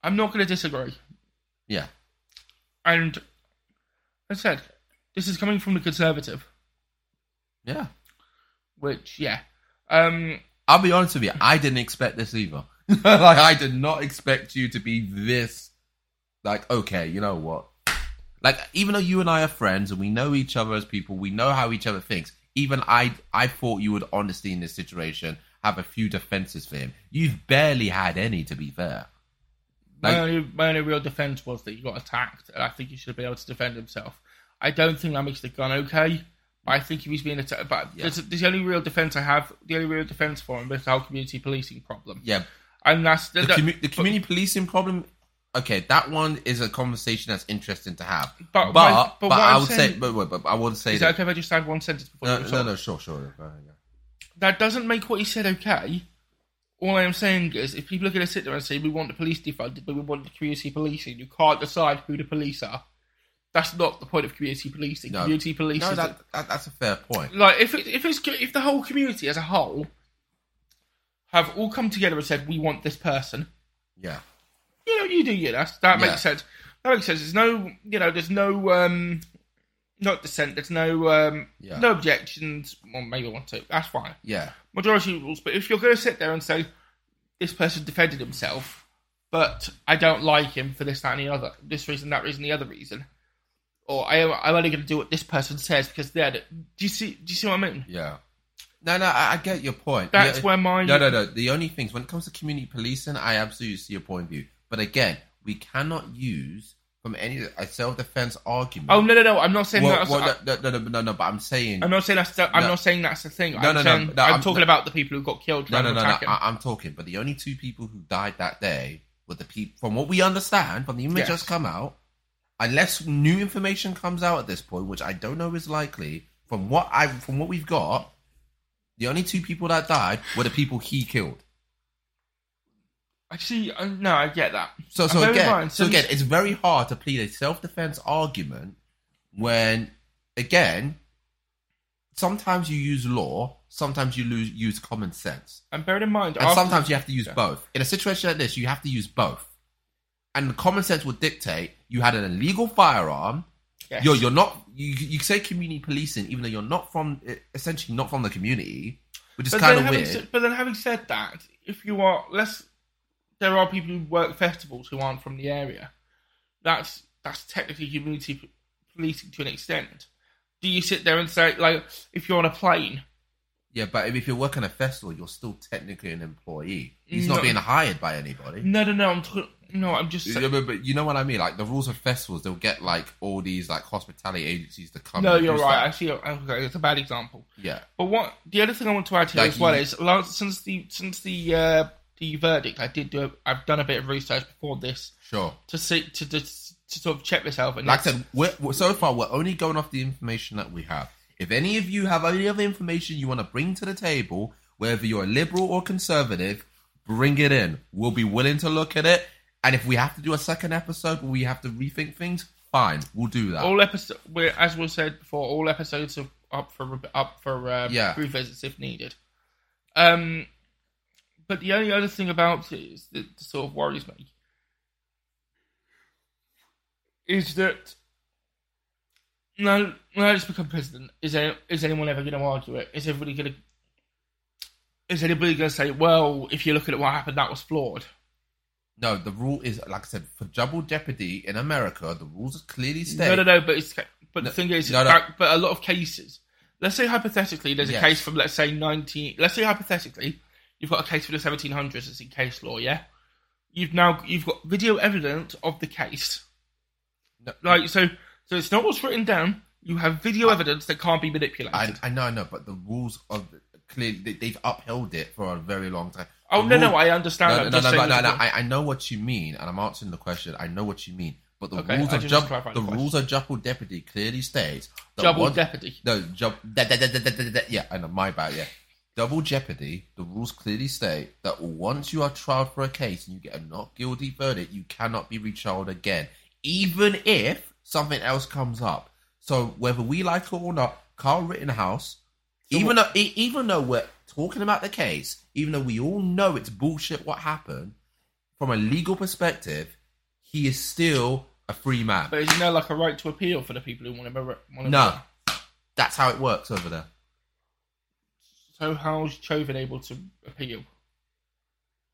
Speaker 1: I'm not going to disagree.
Speaker 2: Yeah.
Speaker 1: And as I said, this is coming from the conservative,
Speaker 2: Yeah.
Speaker 1: which yeah, um,
Speaker 2: I'll be honest with you, I didn't expect this either. like I did not expect you to be this like, okay, you know what? Like even though you and I are friends and we know each other as people, we know how each other thinks, even I I thought you would honestly in this situation have a few defenses for him. You've barely had any to be fair.
Speaker 1: my
Speaker 2: Like-
Speaker 1: only my only real defense was that he got attacked, and I think he should have been able to defend himself. I don't think that makes the gun okay. but I think if he's being attacked, but
Speaker 2: Yeah.
Speaker 1: there's, there's the only real defense I have. The only real defense for him is the whole community policing problem.
Speaker 2: Yeah.
Speaker 1: and that's
Speaker 2: The, commu- the community policing problem okay, that one is a conversation that's interesting to have.
Speaker 1: But-
Speaker 2: But but,
Speaker 1: but- but what
Speaker 2: I
Speaker 1: I'm
Speaker 2: would say
Speaker 1: saying-
Speaker 2: but, but, but I would say
Speaker 1: Is it
Speaker 2: that
Speaker 1: okay if I just add one sentence before
Speaker 2: no,
Speaker 1: you
Speaker 2: no, no, sure, sure. Go ahead, yeah.
Speaker 1: that doesn't make what he said okay. All I am saying is, if people are going to sit there and say we want the police defunded, but we want the community policing, you can't decide who the police are. That's not the point of community policing.
Speaker 2: No.
Speaker 1: Community policing,
Speaker 2: No, that, that, that's a fair point.
Speaker 1: like if it, if it's co- if the whole community as a whole have all come together and said we want this person,
Speaker 2: Yeah.
Speaker 1: you know, you do you. That's, that
Speaker 2: Yeah.
Speaker 1: makes sense. That makes sense. There's no, you know, there's no, um, not dissent. There's no, um,
Speaker 2: Yeah.
Speaker 1: no objections. Well, maybe one two. That's fine.
Speaker 2: Yeah.
Speaker 1: majority rules. But if you're going to sit there and say this person defended himself, but I don't like him for this, that, and the other, this reason, that reason, the other reason, or I am, I'm only going to do what this person says because they're. The, do you see? Do you see what I mean?
Speaker 2: Yeah. No, no, I, I get your point.
Speaker 1: That's
Speaker 2: Yeah,
Speaker 1: where my-
Speaker 2: No, no, no. The only things when it comes to community policing, I absolutely see your point of view. But again, we cannot use from any a self defense argument.
Speaker 1: Oh no, no, no! I'm not saying
Speaker 2: Well,
Speaker 1: that's.
Speaker 2: well, no, no, no, no, no, But I'm saying
Speaker 1: I, am not saying that's. The, I'm
Speaker 2: No.
Speaker 1: not saying that's the thing.
Speaker 2: No,
Speaker 1: I'm
Speaker 2: no, no,
Speaker 1: saying,
Speaker 2: no,
Speaker 1: I'm,
Speaker 2: I'm-
Speaker 1: talking about the people who got killed.
Speaker 2: no,
Speaker 1: trying
Speaker 2: no,
Speaker 1: to
Speaker 2: no, no.
Speaker 1: attack him.
Speaker 2: I, I'm talking. But the only two people who died that day were the people. From what we understand, from the image
Speaker 1: Yes.
Speaker 2: that's come out, unless new information comes out at this point, which I don't know is likely. From what I, from what we've got, the only two people that died were the people he killed.
Speaker 1: Actually, uh, no, I get that.
Speaker 2: So,
Speaker 1: And
Speaker 2: so
Speaker 1: bear in
Speaker 2: again,
Speaker 1: mind,
Speaker 2: so
Speaker 1: since-
Speaker 2: again, it's very hard to plead a self-defense argument when, again, sometimes you use law, sometimes you lose use common sense.
Speaker 1: And bear in mind,
Speaker 2: And
Speaker 1: after-
Speaker 2: sometimes you have to use both. In a situation like this, you have to use both. And common sense will dictate you had an illegal firearm.
Speaker 1: Yes.
Speaker 2: You're, you're not, you, you say community policing, even though you're not from, e, essentially not from the community, which is
Speaker 1: But
Speaker 2: kind
Speaker 1: then,
Speaker 2: of
Speaker 1: having
Speaker 2: weird.
Speaker 1: said, but then having said that, if you are let's there are people who work festivals who aren't from the area. That's that's technically community p- policing to an extent. Do you sit there and say like if you're on a plane?
Speaker 2: yeah, but if you're working a festival, you're still technically an employee. He's not
Speaker 1: No. Mm.
Speaker 2: being hired by anybody.
Speaker 1: No, no, no. I'm talking. No, I'm just.
Speaker 2: Yeah, but, but you know what I mean? Like the rules of festivals, they'll get like all these like hospitality agencies to come.
Speaker 1: no,
Speaker 2: and do
Speaker 1: you're right. I
Speaker 2: stuff.
Speaker 1: see. Okay, it's a bad example.
Speaker 2: Yeah,
Speaker 1: But what the other thing I want to add here
Speaker 2: Like
Speaker 1: as well
Speaker 2: you-
Speaker 1: is last, since the since the uh, the verdict, I did do. A, I've done a bit of research before this
Speaker 2: sure.
Speaker 1: to see to just to sort of check this out. And
Speaker 2: Like I
Speaker 1: it's-
Speaker 2: said, we're, we're- so far we're only going off the information that we have. If any of you have any other information you want to bring to the table, whether you're a liberal or conservative, bring it in. We'll be willing to look at it. And if we have to do a second episode where we have to rethink things, fine, we'll do that.
Speaker 1: all episodes, as we said before, all episodes are up for re- up for um,
Speaker 2: Yeah.
Speaker 1: revisits if needed. Um, but the only other thing about it is that sort of worries me is that no, no, it's become president. Is there, is anyone ever going to argue it? Is everybody going to? Is anybody going to say, "Well, if you look at what happened, that was flawed"?
Speaker 2: no, the rule is like I said for double jeopardy in America. The rules are clearly stated.
Speaker 1: No, no, no. But it's but
Speaker 2: No,
Speaker 1: the thing is,
Speaker 2: no, no.
Speaker 1: that- but a lot of cases. Let's say hypothetically, there's
Speaker 2: Yes.
Speaker 1: a case from let's say nineteen. Let's say hypothetically, you've got a case from the seventeen hundreds. It's in case law, yeah. You've now you've got video evidence of the case.
Speaker 2: No.
Speaker 1: Like so, so it's not what's written down. You have video evidence that can't be manipulated.
Speaker 2: I, I know, I know, but the rules of clearly they, they've upheld it for a very long time.
Speaker 1: oh
Speaker 2: The
Speaker 1: no, no,
Speaker 2: rule-
Speaker 1: I understand.
Speaker 2: no,
Speaker 1: I'm
Speaker 2: no, no,
Speaker 1: just
Speaker 2: no,
Speaker 1: saying
Speaker 2: no,
Speaker 1: it's
Speaker 2: no,
Speaker 1: a-
Speaker 2: I, I know what you mean, and I'm answering the question. I know what you mean, but the
Speaker 1: Okay,
Speaker 2: rules
Speaker 1: I
Speaker 2: of
Speaker 1: just
Speaker 2: jub-
Speaker 1: clarified
Speaker 2: the
Speaker 1: the question.
Speaker 2: rules of double deputy clearly states that
Speaker 1: Double
Speaker 2: one-
Speaker 1: jeopardy.
Speaker 2: No, jub- da, da, da, da, da, da, da, yeah, I know my bad. Yeah, double jeopardy. The rules clearly state that once you are tried for a case and you get a not guilty verdict, you cannot be retrialed again, even if something else comes up. So whether we like it or not, Carl Rittenhouse even though, e- even though we're talking about the case, even though we all know it's bullshit what happened, from a legal perspective, he is still a free man.
Speaker 1: But is there like a right to appeal for the people who want to? Want to
Speaker 2: No, that's how it works over there.
Speaker 1: So how's Chauvin able to appeal?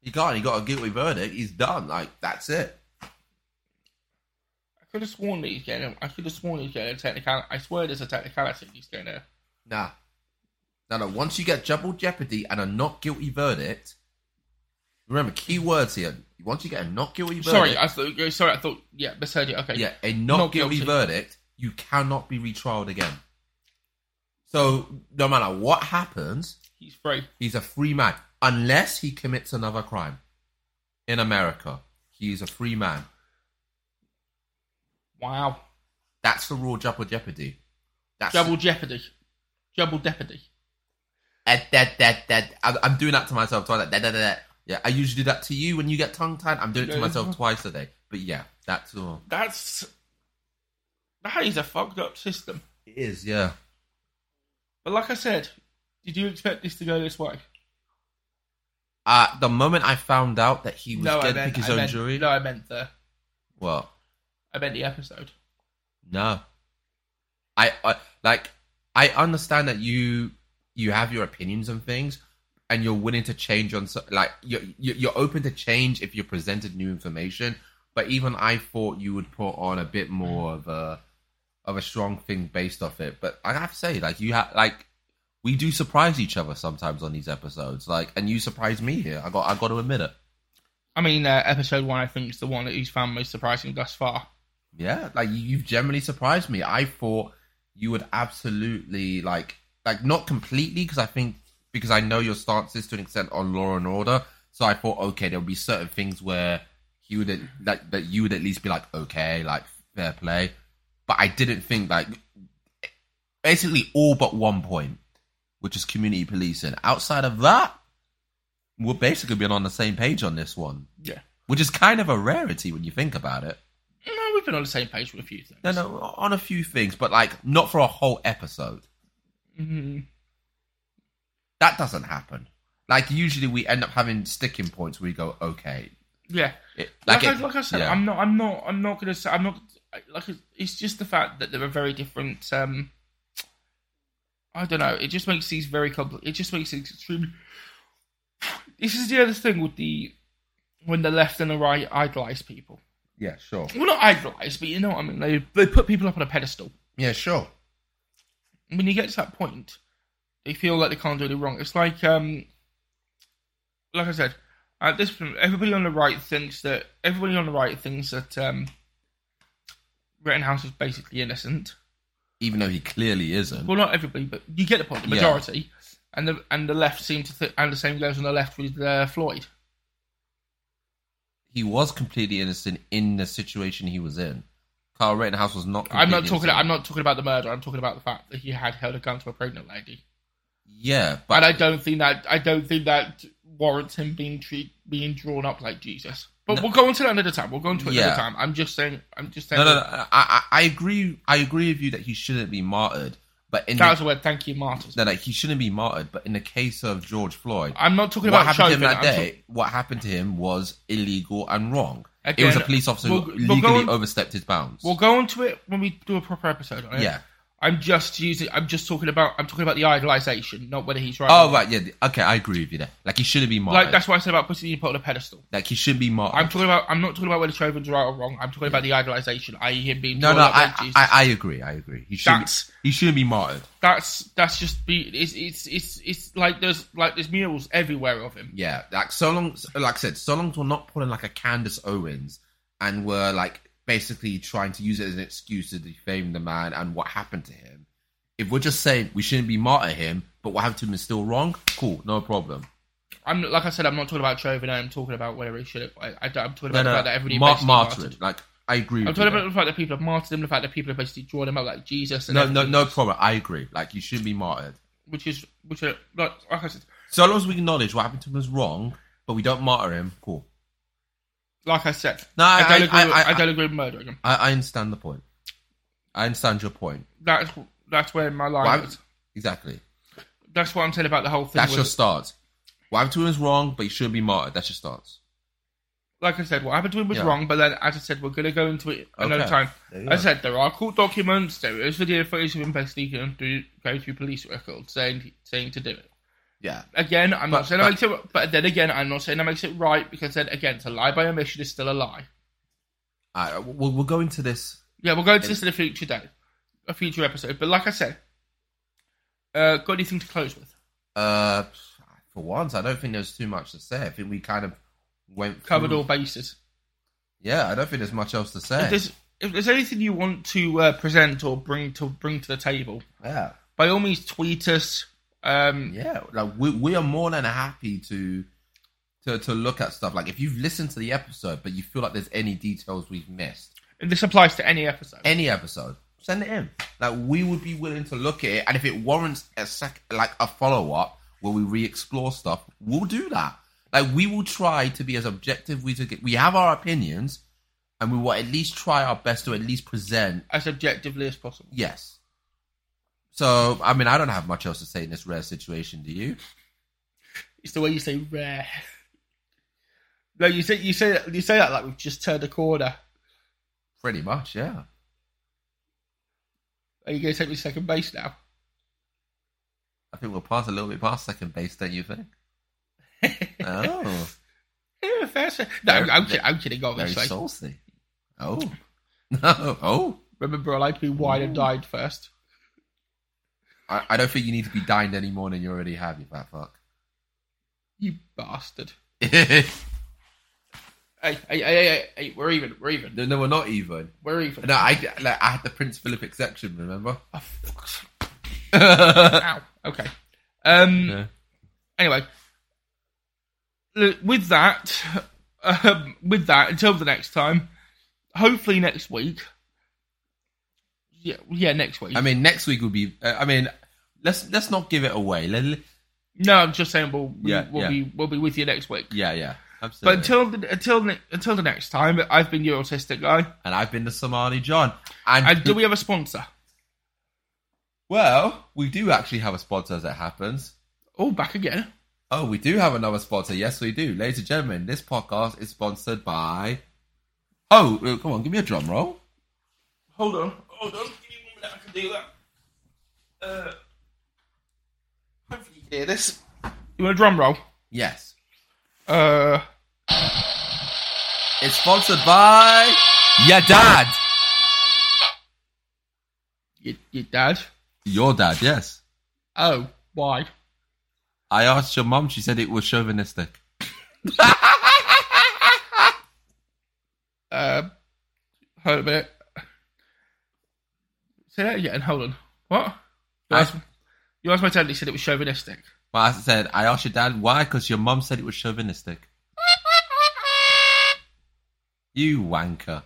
Speaker 2: He got he got a guilty verdict. He's done. Like that's it.
Speaker 1: I could have sworn that he's getting. I could have sworn he's getting a technical. I swear there's a technicality he's getting there.
Speaker 2: Nah, no, no. Once you get double jeopardy and a not guilty verdict, remember key words here. Once you get a not guilty verdict,
Speaker 1: Sorry, I thought. yeah, Sorry, I thought. Yeah, misheard you. Okay.
Speaker 2: yeah, a not, guilty, verdict, you cannot be retrialed again. So no matter what happens,
Speaker 1: He's free.
Speaker 2: he's a free man unless he commits another crime. In America, he is a free man.
Speaker 1: Wow.
Speaker 2: That's the rule of double jeopardy. That's
Speaker 1: Double jeopardy. Double jeopardy.
Speaker 2: Eh, that that that I'm, I'm doing that to myself twice. That, that, that, that. Yeah, I usually do that to you when you get tongue tied. I'm doing it to
Speaker 1: Yeah.
Speaker 2: myself twice a day. But yeah, that's all.
Speaker 1: That's that is a fucked up system.
Speaker 2: It is, yeah.
Speaker 1: But like I said, did you expect this to go this way?
Speaker 2: Uh, the moment I found out that he was
Speaker 1: no,
Speaker 2: going
Speaker 1: I
Speaker 2: to
Speaker 1: meant.
Speaker 2: pick his
Speaker 1: I
Speaker 2: own
Speaker 1: meant
Speaker 2: jury,
Speaker 1: No, I meant the.
Speaker 2: well,
Speaker 1: I meant the episode.
Speaker 2: No. I, I like I understand that you you have your opinions on things and you're willing to change on so, like you're you're you're open to change if you're presented new information, but even I thought you would put on a bit more of a of a strong thing based off it. But I have to say like you have like we do surprise each other sometimes on these episodes, like, and you surprised me here. I got, I got to admit it.
Speaker 1: I mean, uh, episode one. I think is the one that he's found most surprising thus far.
Speaker 2: Yeah, like you- you've generally surprised me. I thought you would absolutely like, like not completely because I think because I know your stances to an extent on Law and Order. So I thought, okay, there'll be certain things where he would at- that that you would at least be like, okay, like fair play. But I didn't think like basically all but one point, which is community policing. Outside of that, we're basically been on the same page on this one,
Speaker 1: Yeah.
Speaker 2: which is kind of a rarity when you think about it.
Speaker 1: No, we've been on the same page with a few things.
Speaker 2: No, no, on
Speaker 1: Mm-hmm.
Speaker 2: a few things, but like not for a whole episode.
Speaker 1: hmm
Speaker 2: That doesn't happen. Like usually we end up having sticking points where we go, okay.
Speaker 1: Yeah,
Speaker 2: It-
Speaker 1: like,
Speaker 2: like
Speaker 1: I,
Speaker 2: it-
Speaker 1: like I said,
Speaker 2: yeah.
Speaker 1: I'm not, I'm not, I'm not gonna say, I'm not I- like it's- it's just the fact that there are very different. um I don't know. It just makes these very complex. It just makes it extremely. This is the other thing with the when the left and the right idolize people.
Speaker 2: Yeah, sure.
Speaker 1: Well, not idolize, but you know what I mean. They they put people up on a pedestal.
Speaker 2: Yeah, sure.
Speaker 1: when you get to that point, they feel like they can't do anything wrong. It's like, um, like I said, at this point, everybody on the right thinks that everybody on the right thinks that um, Rittenhouse is basically innocent.
Speaker 2: Even though he clearly isn't.
Speaker 1: Well, not everybody, but you get the point. The
Speaker 2: Yeah.
Speaker 1: majority, and the and the left seem to, th- and the same goes on the left with uh, Floyd.
Speaker 2: he was completely innocent in the situation he was in. Carl Rittenhouse was not.
Speaker 1: I'm not
Speaker 2: completely
Speaker 1: talking.
Speaker 2: innocent.
Speaker 1: I'm not talking about the murder. I'm talking about the fact that he had held a gun to a pregnant lady.
Speaker 2: Yeah, but
Speaker 1: But I don't think that I don't think that warrants him being treat, being drawn up like Jesus. But we'll go into that another time. We'll go into it
Speaker 2: Yeah.
Speaker 1: another time. I'm just saying. I'm just saying.
Speaker 2: no, no, no. I, I, I agree. I agree with you that he shouldn't be martyred. But in
Speaker 1: That was
Speaker 2: the,
Speaker 1: the word. Thank you, martyrs.
Speaker 2: no, no, he shouldn't be martyred. But in the case of George Floyd,
Speaker 1: I'm not talking
Speaker 2: what
Speaker 1: about
Speaker 2: happened to him
Speaker 1: Chauvin,
Speaker 2: that
Speaker 1: I'm
Speaker 2: day. what happened to him was illegal and wrong. it
Speaker 1: Again,
Speaker 2: was a police officer who
Speaker 1: we'll- we'll
Speaker 2: legally
Speaker 1: go on-
Speaker 2: overstepped his bounds.
Speaker 1: We'll go into it when we do a proper episode on it.
Speaker 2: Yeah.
Speaker 1: I'm just using. I'm just talking about. I'm talking about the idolization, not whether he's right. or
Speaker 2: oh
Speaker 1: wrong.
Speaker 2: right, yeah. the- Okay, I agree with you there. Like he shouldn't be martyred.
Speaker 1: Like that's what I said about putting people on a pedestal.
Speaker 2: Like, he shouldn't be martyred.
Speaker 1: I'm talking about. I'm not talking about whether Chauvin's right or wrong. I'm talking about the idolization, i.e., him being
Speaker 2: no,
Speaker 1: drawn
Speaker 2: no,
Speaker 1: up like
Speaker 2: I,
Speaker 1: Jesus.
Speaker 2: I, I agree. I agree. He shouldn't.
Speaker 1: That's-
Speaker 2: He shouldn't be martyred.
Speaker 1: that's that's just be it's it's it's it's like there's like there's murals everywhere of him.
Speaker 2: Yeah, like so long, like I said, so long as we're not pulling like a Candace Owens and we're like basically trying to use it as an excuse to defame the man and what happened to him. If we're just saying we shouldn't be martyr him, but what happened to him is still wrong, cool, no problem.
Speaker 1: I'm like I said, I'm not talking about Chauvin. I'm talking about whether he should. have- I, I, I'm talking about the
Speaker 2: No, no,
Speaker 1: fact that everybody
Speaker 2: mar-
Speaker 1: basically
Speaker 2: martyred,
Speaker 1: martyred.
Speaker 2: like I agree.
Speaker 1: I'm
Speaker 2: with
Speaker 1: talking
Speaker 2: you
Speaker 1: about the fact that people have martyred him, the fact that people have basically drawn him up like Jesus.
Speaker 2: there.
Speaker 1: And
Speaker 2: no, no,
Speaker 1: everything,
Speaker 2: no problem. I agree. Like you shouldn't be martyred.
Speaker 1: Which is which are like, like I said,
Speaker 2: So long as we acknowledge what happened to him was wrong, but we don't martyr him, cool.
Speaker 1: like I said.
Speaker 2: No,
Speaker 1: I,
Speaker 2: I-
Speaker 1: don't
Speaker 2: I-
Speaker 1: agree. with,
Speaker 2: I-
Speaker 1: I don't agree with murdering him.
Speaker 2: I, I understand the point. I understand your point.
Speaker 1: That's that's where my
Speaker 2: What
Speaker 1: line.
Speaker 2: happened-
Speaker 1: is.
Speaker 2: exactly.
Speaker 1: That's what I'm saying about the whole thing.
Speaker 2: That's
Speaker 1: with-
Speaker 2: your start. What happened to him is wrong, but he shouldn't be martyred. That's your start.
Speaker 1: like I said, what happened to him was
Speaker 2: Yeah.
Speaker 1: wrong, but then, as I said, we're going to go into it another
Speaker 2: Okay.
Speaker 1: time.
Speaker 2: There you
Speaker 1: I
Speaker 2: go.
Speaker 1: said there are court documents, there is video footage of him basically going through, going through police records saying saying to do it.
Speaker 2: Yeah.
Speaker 1: Again, I'm not
Speaker 2: But-
Speaker 1: saying that
Speaker 2: but-
Speaker 1: makes it, but then again, I'm not saying that makes it right because then again, to lie by omission is still a lie.
Speaker 2: I, we'll, we'll go into this.
Speaker 1: Yeah, we'll go into this in a future day, a future episode. But like I said, uh, got anything to close with?
Speaker 2: Uh, for once, I don't think there's too much to say. I think we kind of went through-
Speaker 1: Covered all bases.
Speaker 2: Yeah, I don't think there's much else to say.
Speaker 1: If there's if there's anything you want to uh, present or bring to bring to the table,
Speaker 2: yeah,
Speaker 1: by all means, tweet us. Um,
Speaker 2: yeah. Like we, we are more than happy to to to look at stuff. Like if you've listened to the episode, but you feel like there's any details we've missed,
Speaker 1: And this applies to any episode.
Speaker 2: any episode, send it in. Like we would be willing to look at it, and if it warrants a sec, like a follow up where we re-explore stuff, we'll do that. Like we will try to be as objective. We to get, we have our opinions, and we will at least try our best to at least present
Speaker 1: as objectively as possible.
Speaker 2: yes. So I mean, I don't have much else to say in this rare situation. Do you?
Speaker 1: It's the way you say rare. No, you say you say you say that like we've just turned a corner.
Speaker 2: Pretty much, yeah.
Speaker 1: Are you going to take me second base now?
Speaker 2: I think we'll pass a little bit past second base, don't you think? oh,
Speaker 1: Yeah, fair, say- No, I'm,
Speaker 2: Very-
Speaker 1: I'm, kidding, I'm kidding.
Speaker 2: very
Speaker 1: Obviously,
Speaker 2: saucy. Oh, no, oh.
Speaker 1: remember I like to be wide and died first.
Speaker 2: I, I don't think you need to be dined any more than you already have, you fat fuck.
Speaker 1: You bastard!
Speaker 2: no,
Speaker 1: Hey, hey, hey, hey, hey, hey, we're even. We're even.
Speaker 2: no, we're not even.
Speaker 1: We're even.
Speaker 2: No, I like I had the Prince Philip exception. Remember?
Speaker 1: Ow. Okay. Um.
Speaker 2: Yeah.
Speaker 1: Anyway, Look, with that, um, with that, until the next time, hopefully next week. Yeah, yeah, next week.
Speaker 2: I mean, next week will be. Uh, I mean, let's let's not give it away. Let- let-
Speaker 1: no, I'm just saying we'll we,
Speaker 2: Yeah,
Speaker 1: we'll
Speaker 2: yeah.
Speaker 1: be we'll be with you next week.
Speaker 2: yeah, yeah,
Speaker 1: But
Speaker 2: absolutely.
Speaker 1: until the, until ne- until the next time, I've been your autistic guy.
Speaker 2: and I've been the Somali John. And,
Speaker 1: And do we have a sponsor?
Speaker 2: well, we do actually have a sponsor as it happens.
Speaker 1: Oh, back again.
Speaker 2: Oh, we do have another sponsor. Yes, we do. Ladies and gentlemen, this podcast is sponsored by. Oh, uh, come on, give me a drum roll.
Speaker 1: Hold on. Hold on. Give me one minute. I can do that. Uh, hopefully you can hear this. You want a drum roll?
Speaker 2: Yes.
Speaker 1: Uh,
Speaker 2: It's sponsored by your dad.
Speaker 1: your, your dad.
Speaker 2: Your dad, yes.
Speaker 1: Oh, why?
Speaker 2: I asked your mum, she said it was chauvinistic.
Speaker 1: Uh, hold a minute. Say that again. Hold on. What? You
Speaker 2: I-
Speaker 1: asked, you asked my dad. He said it was chauvinistic.
Speaker 2: But I said, I asked your dad why, because your mum said it was chauvinistic. You wanker.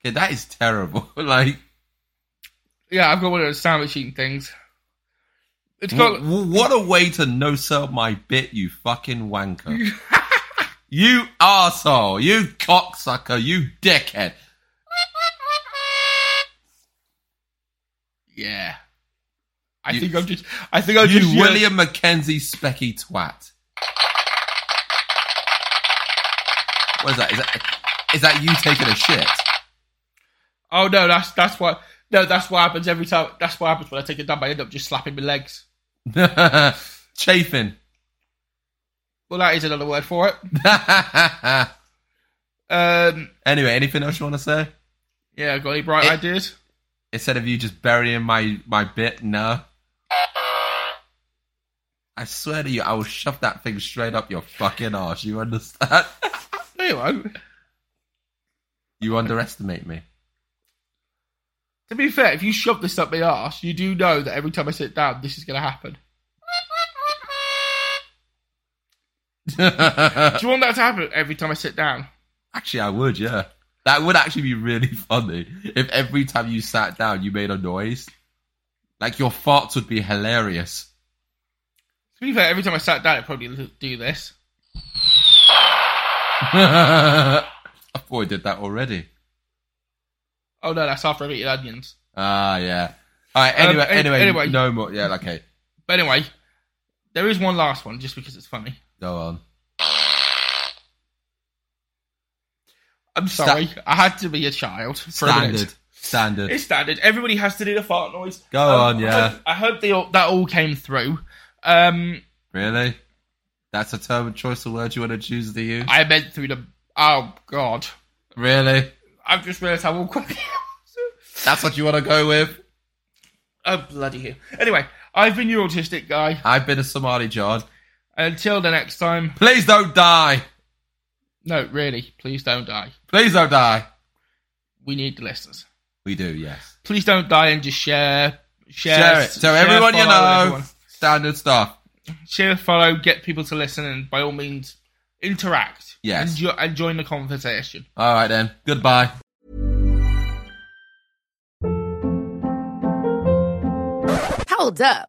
Speaker 2: Okay, that is terrible. like,
Speaker 1: Yeah, I've got one of those sandwich eating things. It's
Speaker 2: w-
Speaker 1: got.
Speaker 2: w- what a way to no sell my bit, you fucking wanker. you arsehole. You cocksucker. You dickhead.
Speaker 1: Yeah. I
Speaker 2: You-
Speaker 1: think I'm just. I think I'm Oh, just.
Speaker 2: You
Speaker 1: yeah.
Speaker 2: William Mackenzie specky twat. What is that? Is that, is that you taking a shit?
Speaker 1: Oh no, that's that's what. No, that's what happens every time. That's what happens when I take a dump. I end up just slapping my legs.
Speaker 2: Chafing.
Speaker 1: Well, that is another word for it.
Speaker 2: anyway,
Speaker 1: Um.
Speaker 2: anything else you want to say?
Speaker 1: Yeah, got any bright
Speaker 2: It-
Speaker 1: ideas?
Speaker 2: Instead of you just burying my, my bit, no. I swear to you, I will shove that thing straight up your fucking arse. You understand?
Speaker 1: No, you won't.
Speaker 2: you underestimate me.
Speaker 1: To be fair, if you shove this up my arse, you do know that every time I sit down, this is going to happen. Do you want that to happen every time I sit down?
Speaker 2: Actually, I would, yeah. That would actually be really funny if every time you sat down, you made a noise. Like your farts would be hilarious.
Speaker 1: To be fair, every time I sat down, I probably l- do this.
Speaker 2: I thought I did that already.
Speaker 1: Oh no, that's after I've eaten onions.
Speaker 2: Ah, yeah. All right. Anyway,
Speaker 1: Um, an-
Speaker 2: anyway,
Speaker 1: anyway.
Speaker 2: no more. Yeah, okay.
Speaker 1: But anyway, there is one last one just because it's funny.
Speaker 2: Go on.
Speaker 1: I'm
Speaker 2: Sta-
Speaker 1: sorry, I had to be a child. For a minute.
Speaker 2: Standard. Standard.
Speaker 1: It's standard. Everybody has to do the fart noise. Um,
Speaker 2: Go on, yeah.
Speaker 1: I hope, I hope they all, that all came through. Um,
Speaker 2: Really? That's a term of choice of words you want to choose to use?
Speaker 1: I meant through the. Oh God,
Speaker 2: Really?
Speaker 1: I've just realised how awkward.
Speaker 2: That's what you want to go with?
Speaker 1: oh bloody hell! Anyway, I've been your autistic guy.
Speaker 2: I've been a Somali John.
Speaker 1: Until the next time.
Speaker 2: Please don't die.
Speaker 1: No, really, please don't die.
Speaker 2: Please don't die.
Speaker 1: We need the listeners.
Speaker 2: We do, yes.
Speaker 1: Please don't die and just share, share,
Speaker 2: Share it. So
Speaker 1: share,
Speaker 2: everyone you
Speaker 1: follow,
Speaker 2: know,
Speaker 1: everyone.
Speaker 2: standard stuff.
Speaker 1: share, follow, get people to listen, and by all means, interact.
Speaker 2: Yes.
Speaker 1: and, jo- and join the conversation.
Speaker 2: All right then. Goodbye.
Speaker 3: Hold up.